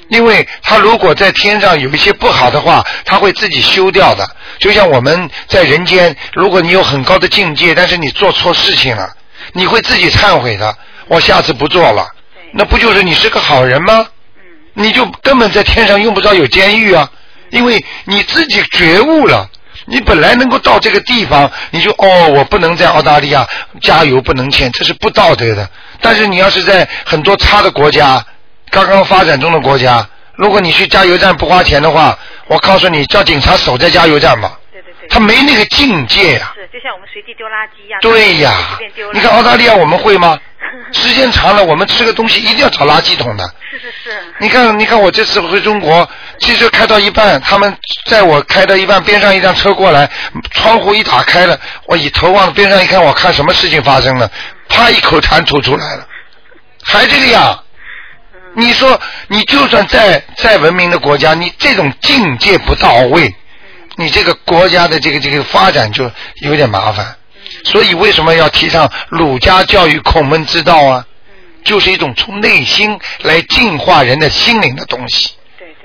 因为他如果在天上有一些不好的话，他会自己修掉的。就像我们在人间，如果你有很高的境界，但是你做错事情了，你会自己忏悔的，我下次不做了，那不就是你是个好人吗？你就根本在天上用不着有监狱啊，因为你自己觉悟了。你本来能够到这个地方，你就哦，我不能在澳大利亚加油不能欠，这是不道德的。但是你要是在很多差的国家，刚刚发展中的国家，如果你去加油站不花钱的话，我告诉你，叫警察守在加油站吧，他没那个境界呀、是，就像我们随地丢垃圾一样。对呀、随便丢垃圾你看澳大利亚我们会 吗？时间长了，我们吃个东西一定要找垃圾桶的。是是是，你看，你看，我这次回中国，汽车开到一半，他们在我开到一半，边上一辆车过来，窗户一打开了，我一头往边上一看，我看什么事情发生了，啪一口痰吐出来了，还这个样。你说，你就算再再文明的国家，你这种境界不到位，你这个国家的这个这个发展就有点麻烦。所以为什么要提倡儒家教育、孔门之道啊？就是一种从内心来净化人的心灵的东西。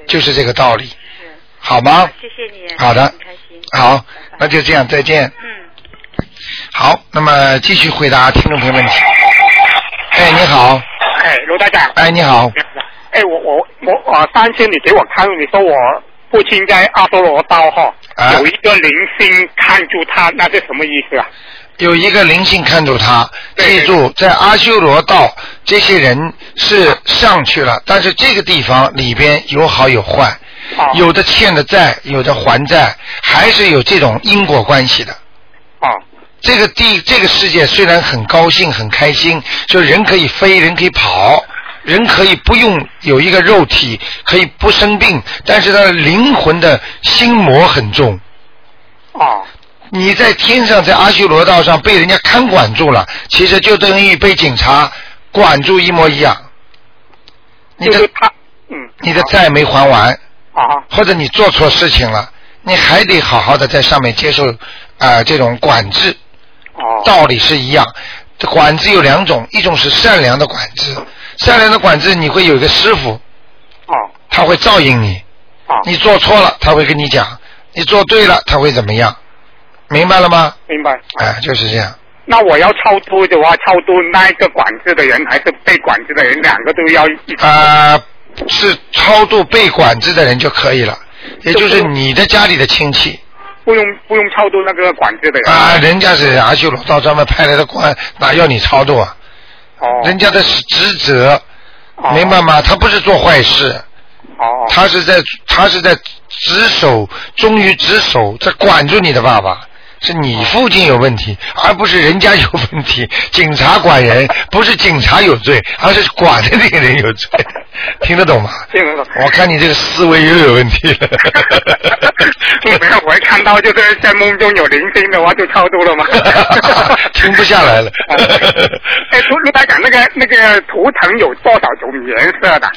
就是这个道理。好吗？谢谢你。好的。好，那就这样，再见。嗯。好，那么继续回答听众朋友问题。哎，你好，哎，罗大长，哎，你好，哎，我我我我上次你给我看，你说我父亲在阿修罗道哈、有一个灵性看住他，那是什么意思啊？有一个灵性看住他，记住，在阿修罗道，这些人是上去了，但是这个地方里边有好有坏，有的欠的债，有的还债，还是有这种因果关系的。哦。这个地，这个世界虽然很高兴、很开心，就人可以飞，人可以跑，人可以不用有一个肉体，可以不生病，但是他的灵魂的心魔很重。哦，你在天上在阿修罗道上被人家看管住了，其实就等于被警察管住一模一样。你的嗯，你的债没还完，啊，或者你做错事情了，你还得好好的在上面接受啊、呃这种管制。哦，道理是一样。这管制有两种，一种是善良的管制，善良的管制你会有一个师傅，哦，他会照应你，哦，你做错了他会跟你讲，你做对了他会怎么样，明白了吗？明白。哎，就是这样。那我要超度的话，超度那一个管制的人还是被管制的人，两个都要一起。啊，是超度被管制的人就可以了，也就是你的家里的亲戚不用不用超度那个管制的人。啊，人家是阿修罗道专门派来的官，哪要你超度啊？哦，人家的职责，明白吗？他不是做坏事，哦他是在他是在职守，忠于职守，在管住你的爸爸。是哦你父亲有问题，而不是人家有问题。警察管人，不是警察有罪，而是管的那个人有罪。 听得懂吗？听得懂。我看你这个思维又有问题了。 没有，我一看到就是在梦中有灵性的话，就超度 了嘛。停不下来了。哎，卢卢台长，那个那个图腾有多少种颜色的？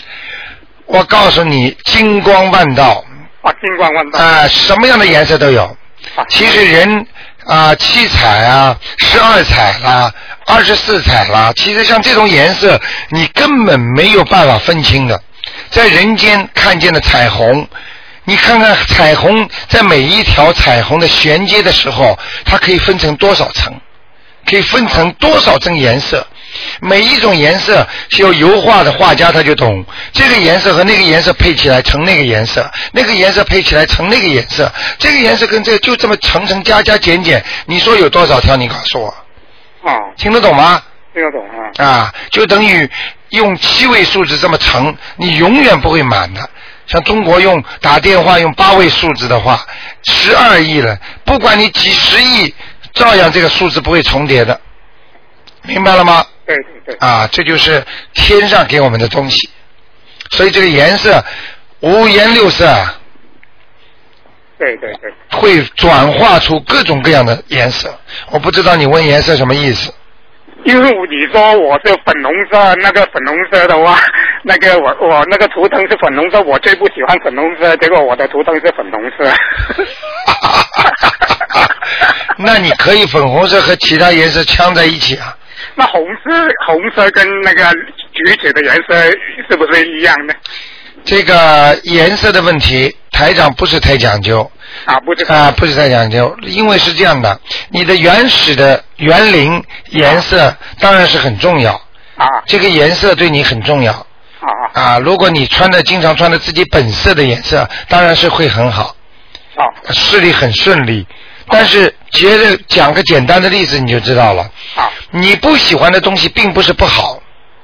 我告诉你，金光万道啊，金光万道。啊、什么样的颜色都有。其实人啊、七彩啊，十二彩啦，二十四彩啦，其实像这种颜色，你根本没有办法分清的。在人间看见的彩虹，你看看彩虹在每一条彩虹的衔接的时候，它可以分成多少层？可以分成多少种颜色？每一种颜色是有油画的画家他就懂，这个颜色和那个颜色配起来成那个颜色，那个颜色配起来成那个颜色，这个颜色跟这个就这么层层加加减减，你说有多少条？你告诉我，哦，听得懂吗？听得懂啊。啊，就等于用七位数字这么乘，你永远不会满的。像中国用打电话用八位数字的话，十二亿了，不管你几十亿，照样这个数字不会重叠的，明白了吗？对对对。啊，这就是天上给我们的东西，所以这个颜色五颜六色啊，对对对。会转化出各种各样的颜色。我不知道你问颜色什么意思。因为你说我是粉红色，那个粉红色的话，那个我我那个图腾是粉红色，我最不喜欢粉红色，结果我的图腾是粉红 色。那你可以粉红色和其他颜色呛在一起啊。那红色红色跟那个橘子的颜色是不是一样呢？这个颜色的问题，台长不是太讲究。啊，不是啊，不是太讲究，因为是这样的，你的原始的园林颜色当然是很重要。啊。这个颜色对你很重要。啊啊，如果你穿的经常穿的自己本色的颜色，当然是会很好。啊。视力很顺利，但是接着讲个简单的例子你就知道了。啊。你不喜欢的东西并不是不好。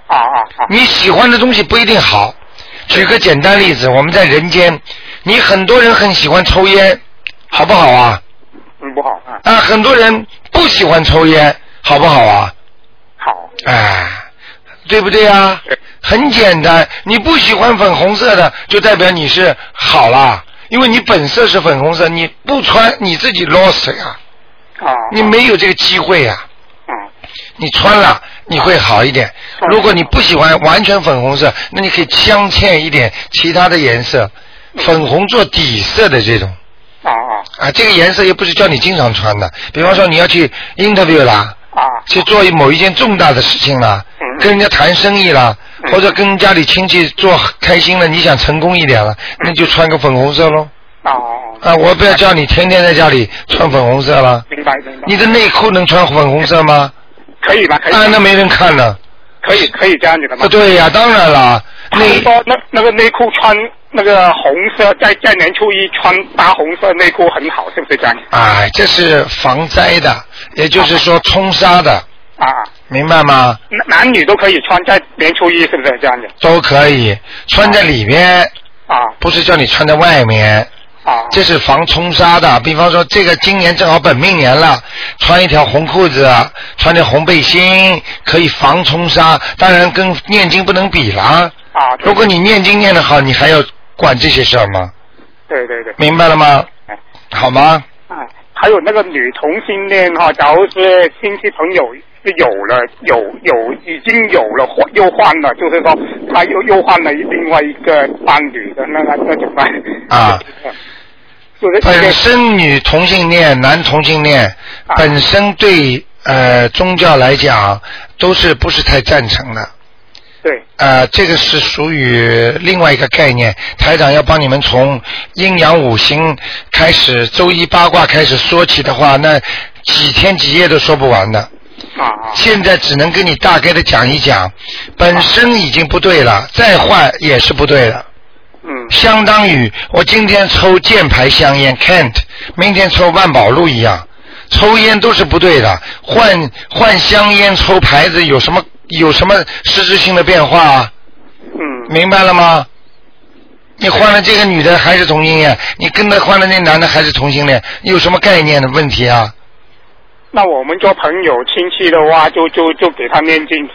啊啊啊！你喜欢的东西不一定好。举个简单例子，我们在人间，你很多人很喜欢抽烟，好不好啊？嗯，不好啊。啊，很多人不喜欢抽烟，好不好啊？好。哎，对不对啊？很简单，你不喜欢粉红色的，就代表你是好啦，因为你本色是粉红色，你不穿你自己 lost 呀、啊。你没有这个机会呀、嗯。你穿了你会好一点。如果你不喜欢完全粉红色，那你可以镶嵌一点其他的颜色，嗯粉红做底色的这种。啊啊啊，这个颜色又不是叫你经常穿的，比方说你要去 interview 啦，啊，去做某一件重大的事情啦，嗯跟人家谈生意啦，或者跟家里亲戚做开心了，你想成功一点了，那就穿个粉红色喽。嗯哦。啊，我不要叫你天天在家里穿粉红色啦，明白明白。你的内裤能穿粉红色吗？可以吧？可以。啊，那没人看了。可以可以这样子的吗？啊，对呀、当然了，他们说那那个内裤穿那个红色，在在年初一穿大红色内裤很好，是不是这样？哎，这是防灾的，也就是说冲杀的，啊，明白吗？男男女都可以穿，在年初一是不是这样子？都可以穿在里面，啊，不是叫你穿在外面。啊，这是防冲杀的，比方说这个今年正好本命年了，穿一条红裤子，穿条红背心，可以防冲杀。当然跟念经不能比啦。啊，如果你念经念得好，你还要管这些事儿吗？对对对。明白了吗？好吗？啊，还有那个女同性恋哈、假如是亲戚朋友是有了有有已经有了患又患了，就是说他又又患了另外一个伴侣的那个那怎么办？啊。就是本身女同性恋、男同性恋，本身对呃宗教来讲都是不是太赞成的。对。呃，这个是属于另外一个概念。台长要帮你们从阴阳五行开始，周易八卦开始说起的话，那几天几夜都说不完的。啊现在只能跟你大概的讲一讲，本身已经不对了，再换也是不对的。啊嗯。相当于我今天抽箭牌香烟 Kent，明天抽万宝路一样，抽烟都是不对的，换换香烟抽牌子有什么有什么实质性的变化啊？嗯。明白了吗？你换了这个女的还是同性恋，你跟他换了那男的还是同性恋，你有什么概念的问题啊？那我们做朋友亲戚的话，就就就给他念经，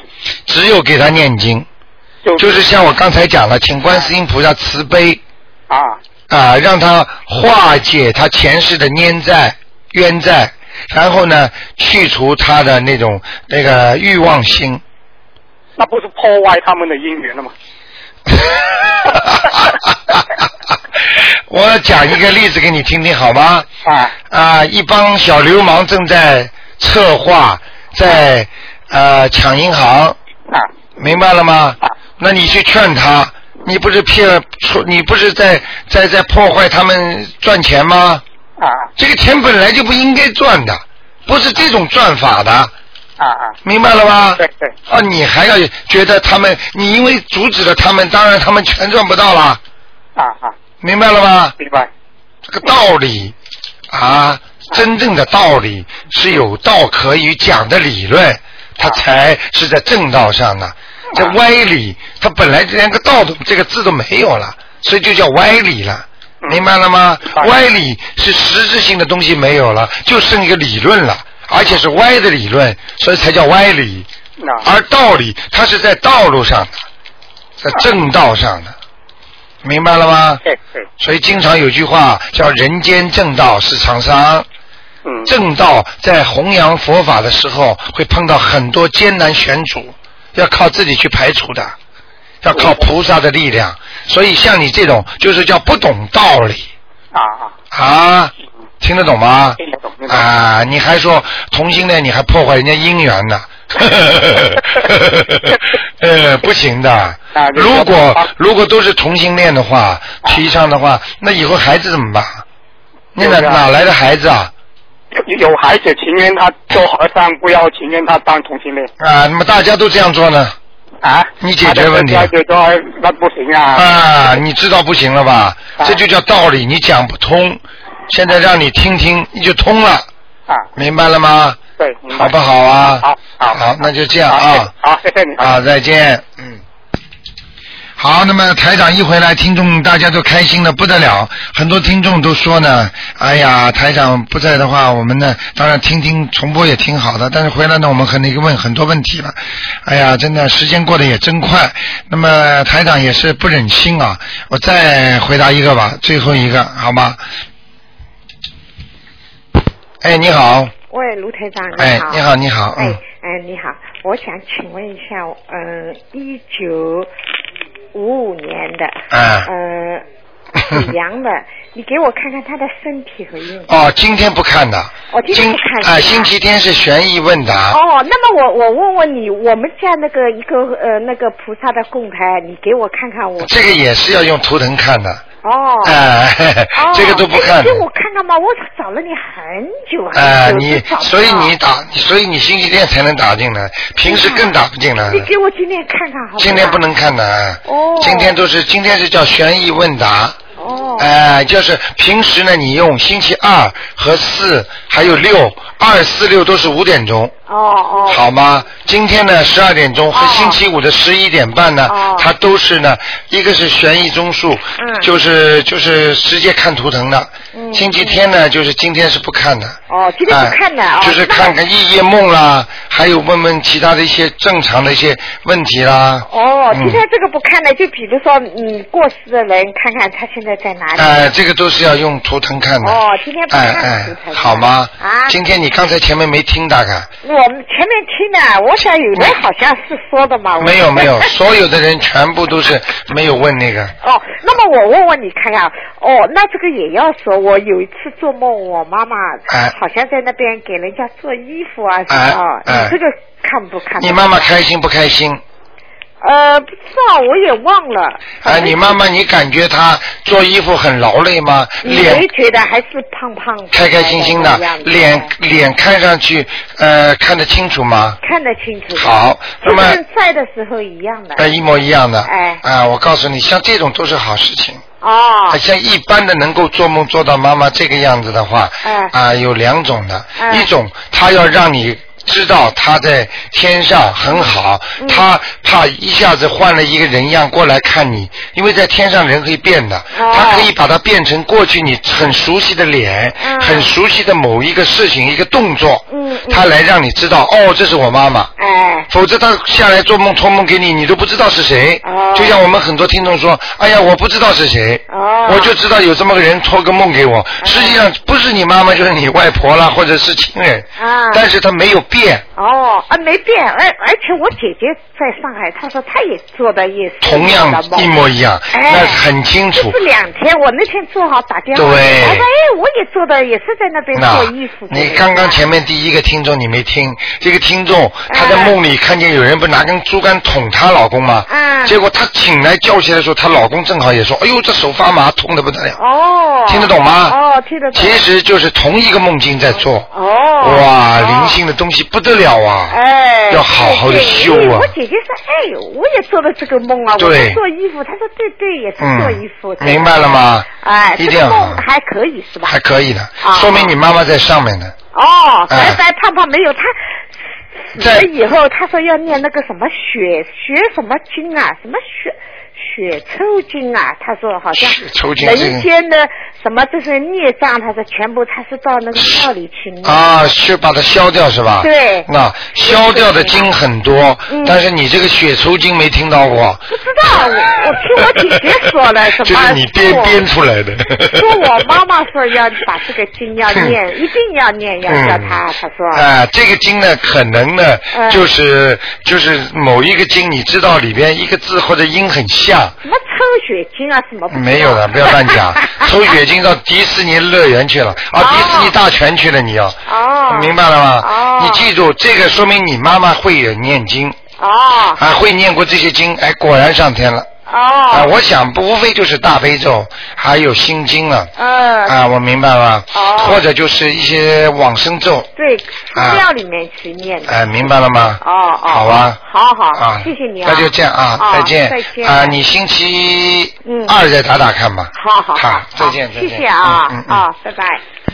只有给他念经，就是像我刚才讲了，请观世音菩萨慈悲啊啊，让他化解他前世的冤债冤债，然后呢，去除他的那种那个欲望心。那不是破坏他们的姻缘了吗？我讲一个例子给你听听好吗？啊啊，一帮小流氓正在策划在呃抢银行。啊。明白了吗？那你去劝他，你不是骗出，你不是在在在破坏他们赚钱吗？啊这个钱本来就不应该赚的，不是这种赚法的。啊啊！明白了吧？对对。啊，你还要觉得他们，你因为阻止了他们，当然他们全赚不到了，啊啊！明白了吧？明白。这个道理啊，真正的道理是有道可以讲的理论，它才是在正道上的。这歪理，它本来连个道都这个字都没有了，所以就叫歪理了。明白了吗？歪理是实质性的东西没有了，就剩一个理论了，而且是歪的理论，所以才叫歪理。那而道理，它是在道路上的，在正道上的，明白了吗？对对。所以经常有句话叫“人间正道是沧桑”。嗯。正道在弘扬佛法的时候，会碰到很多艰难险阻，要靠自己去排除的，要靠菩萨的力量。所以像你这种，就是叫不懂道理。啊啊！啊，听得懂吗？听得懂。啊，你还说同性恋，你还破坏人家姻缘呢？ 呃，不行啊的。如果如果都是同性恋的话，提倡的话，那以后孩子怎么办？那哪对啊哪来的孩子啊？有有孩子情愿他做和尚，不要情愿他当同性恋啊，那么大家都这样做呢？啊！你解决问题他就说那不行啊！啊，你知道不行了吧？这就叫道理，你讲不通。现在让你听听，你就通了，啊！明白了吗？对，明白好不好啊？好，好，好，那就这样啊。好，谢谢你啊，再见。嗯。好，那么台长一回来，听众大家都开心的不得了，很多听众都说呢，哎呀，台长不在的话，我们呢，当然听听重播也挺好的，但是回来呢，我们很那个问很多问题了，哎呀，真的时间过得也真快。那么台长也是不忍心啊，我再回答一个吧，最后一个好吗？哎，你好，喂，卢台长，哎，你好，你好，哎嗯，哎，你好，我想请问一下，嗯，一九五五年的，啊嗯，属 羊的，你给我看看他的身体和运哦，今天不看的。我哎今天不看是吧啊，星期天是悬疑问答。哦，那么我我问问你，我们家那个一个呃那个菩萨的供台，你给我看看我这个也是要用图腾看的，哦， 哎嘿嘿哦这个都不看哎的给我看看嘛，我找了你很久很久，哎，你都找不到所以你打，所以你星期天才能打进来，平时更打不进来你。给我今天看看好吗？今天不能看的，哎哦今天都是今天是叫悬疑问答。哦。哎，就是平时呢，你用星期二和四还有六，二四六都是五点钟。哦哦。好吗？今天呢，十二点钟和星期五的十一点半呢，它都是呢，一个是悬疑综述，就是就是直接看图腾的。星期天呢，就是今天是不看的。嗯哦，今天不看的哎哦，就是看看夜夜梦啦，还有问问其他的一些正常的一些问题啦。哦，嗯其他这个不看的，就比如说，嗯，过世的人，看看他现在在哪里。哎，这个都是要用图腾看的。哦今天不看哎图哎，腾好吗？啊今天你刚才前面没听大概。我们前面听的，我想有的好像是说的嘛。我 没有没 有，所有的人全部都是没有问那个。哦，那么我问问你看看，哦，那这个也要说，我有一次做梦，我妈妈哎好像在那边给人家做衣服啊，哎什么，哎你这个看不看？你妈妈开？心不开心？呃，不知道，我也忘了。呃啊，你妈妈，你感觉她做衣服很劳累吗？你没脸觉得还是胖胖的，开开心心那的个样，子脸脸看上去呃看得清楚吗？看得清楚。好就那么跟在的时候一样的。呃，一模一样的。哎啊，我告诉你，像这种都是好事情。哦啊，像一般的能够做梦做到妈妈这个样子的话，哎啊，有两种的，哎一种她要让你知道他在天上很好，嗯他怕一下子换了一个人样过来看你，因为在天上人可以变的，哦他可以把它变成过去你很熟悉的脸，嗯很熟悉的某一个事情一个动作，他来让你知道哦，这是我妈妈。否则他下来做梦托梦给你，你都不知道是谁。哦就像我们很多听众说，哎呀，我不知道是谁，哦我就知道有这么个人托个梦给我，实际上不是你妈妈就是你外婆啦，或者是亲人，啊但是他没有变。哦，啊，没变，而而且我姐姐在上海，她说她也做的也是同样的梦一模一样，哎，那很清楚就。是两天，我那天做好打电话，对她说哎，我也做的，也是在那边那做衣服。你刚刚前面第一个听众你没听，这个听众她在梦里看见有人不拿根竹竿捅她老公吗？嗯结果她醒来叫起来的时候，她老公正好也说：“哎呦，这手发麻，痛得不得了。”哦，听得懂吗？哦，听得懂。其实就是同一个梦境在做。哦，哇，灵性的东西不得了啊！哎，要好好的对修因为啊我。姐姐说，哎，我也做了这个梦啊，我对在做衣服，她说对对，也是做衣服。嗯明白了吗哎，一这定个要梦还可以是吧？还可以的，啊说明你妈妈在上面呢。哦，哎白白胖胖没有他。死了以后，他说要念那个什么血血什么经啊，什么血血抽筋啊，他说好像抽筋这个人间的什么这些孽障，他说全部他是到那个庙里去念。啊，是把它消掉是吧？嗯对嗯那消掉的经很多，但是你这个血抽筋没听到过，不知道，我我听我姐姐说了什 么，就是你编说我编出来的。说我妈妈说要把这个经要念，一定要念，要叫他，他说。 啊，这个经呢，可能呢，嗯就是就是某一个经，你知道里边一个字或者音很像，什么抽血经啊，什么不知道没有了，不要乱 讲。抽血经到迪士尼乐园去了，啊，迪士尼大全去了，你要。哦。明白了吗？你记住，这个说明你妈妈会有念经。哦。啊，会念过这些经，哎，果然上天了。哦。啊，我想不无非就是大悲咒，还有心经了。嗯。啊，我明白了。哦。或者就是一些往生咒，对，寺啊庙里面去念的。哎，明白了吗？哦哦，好吧好好，啊谢谢你啊，那就这样啊，啊再见。再见啊，你星期嗯二再打打看吧。好好好，再见，再谢见。谢啊嗯嗯，嗯啊，拜拜。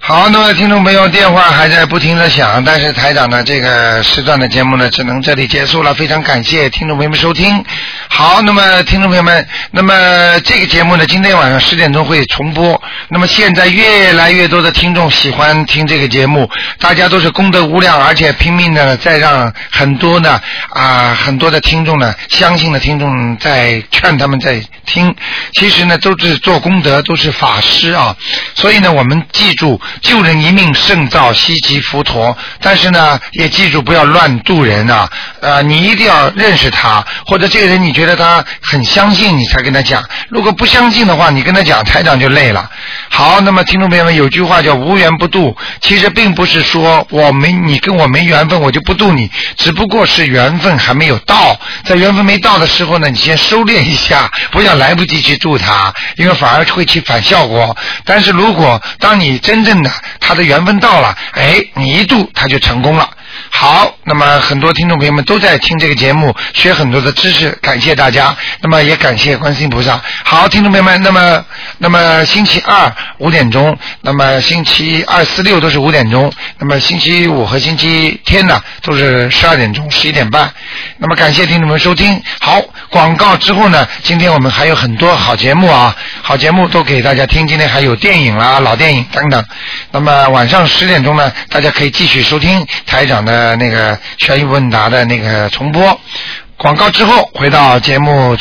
好，那么听众朋友，电话还在不停的响，但是台长呢，这个时段的节目呢，只能这里结束了。非常感谢听众朋友们收听。好，那么听众朋友们，那么这个节目呢，今天晚上十点钟会重播。那么现在越来越多的听众喜欢听这个节目，大家都是功德无量，而且拼命的在让很多呢啊、很多的听众呢，相信的听众在劝他们在听。其实呢，都是做功德，都是法师啊。所以呢，我们记住救人一命胜造七级浮屠，但是呢，也记住不要乱渡人啊。呃，你一定要认识他，或者这个人你觉得他很相信，你才跟他讲。如果不相信的话，你跟他讲，台长就累了。好，那么听众朋友们，有句话叫无缘不渡，其实并不是说我没你跟我没缘分，我就不渡你，只不过是缘分还没有到，在缘分没到的时候呢，你先收敛一下，不要来不及去渡他，因为反而会起反效果。但是如果当你真正的他的缘分到了，哎，你一渡他就成功了。好，那么很多听众朋友们都在听这个节目，学很多的知识，感谢大家。那么也感谢观世音菩萨。好，听众朋友们，那么那么星期二五点钟，那么星期二、四、六都是五点钟，那么星期五和星期天呢都是十二点钟、十一点半。那么感谢听众们收听。好，广告之后呢，今天我们还有很多好节目啊，好节目都给大家听。今天还有电影啦、老电影等等。那么晚上十点钟呢，大家可以继续收听台长的那个悬疑问答的那个重播。广告之后回到节目。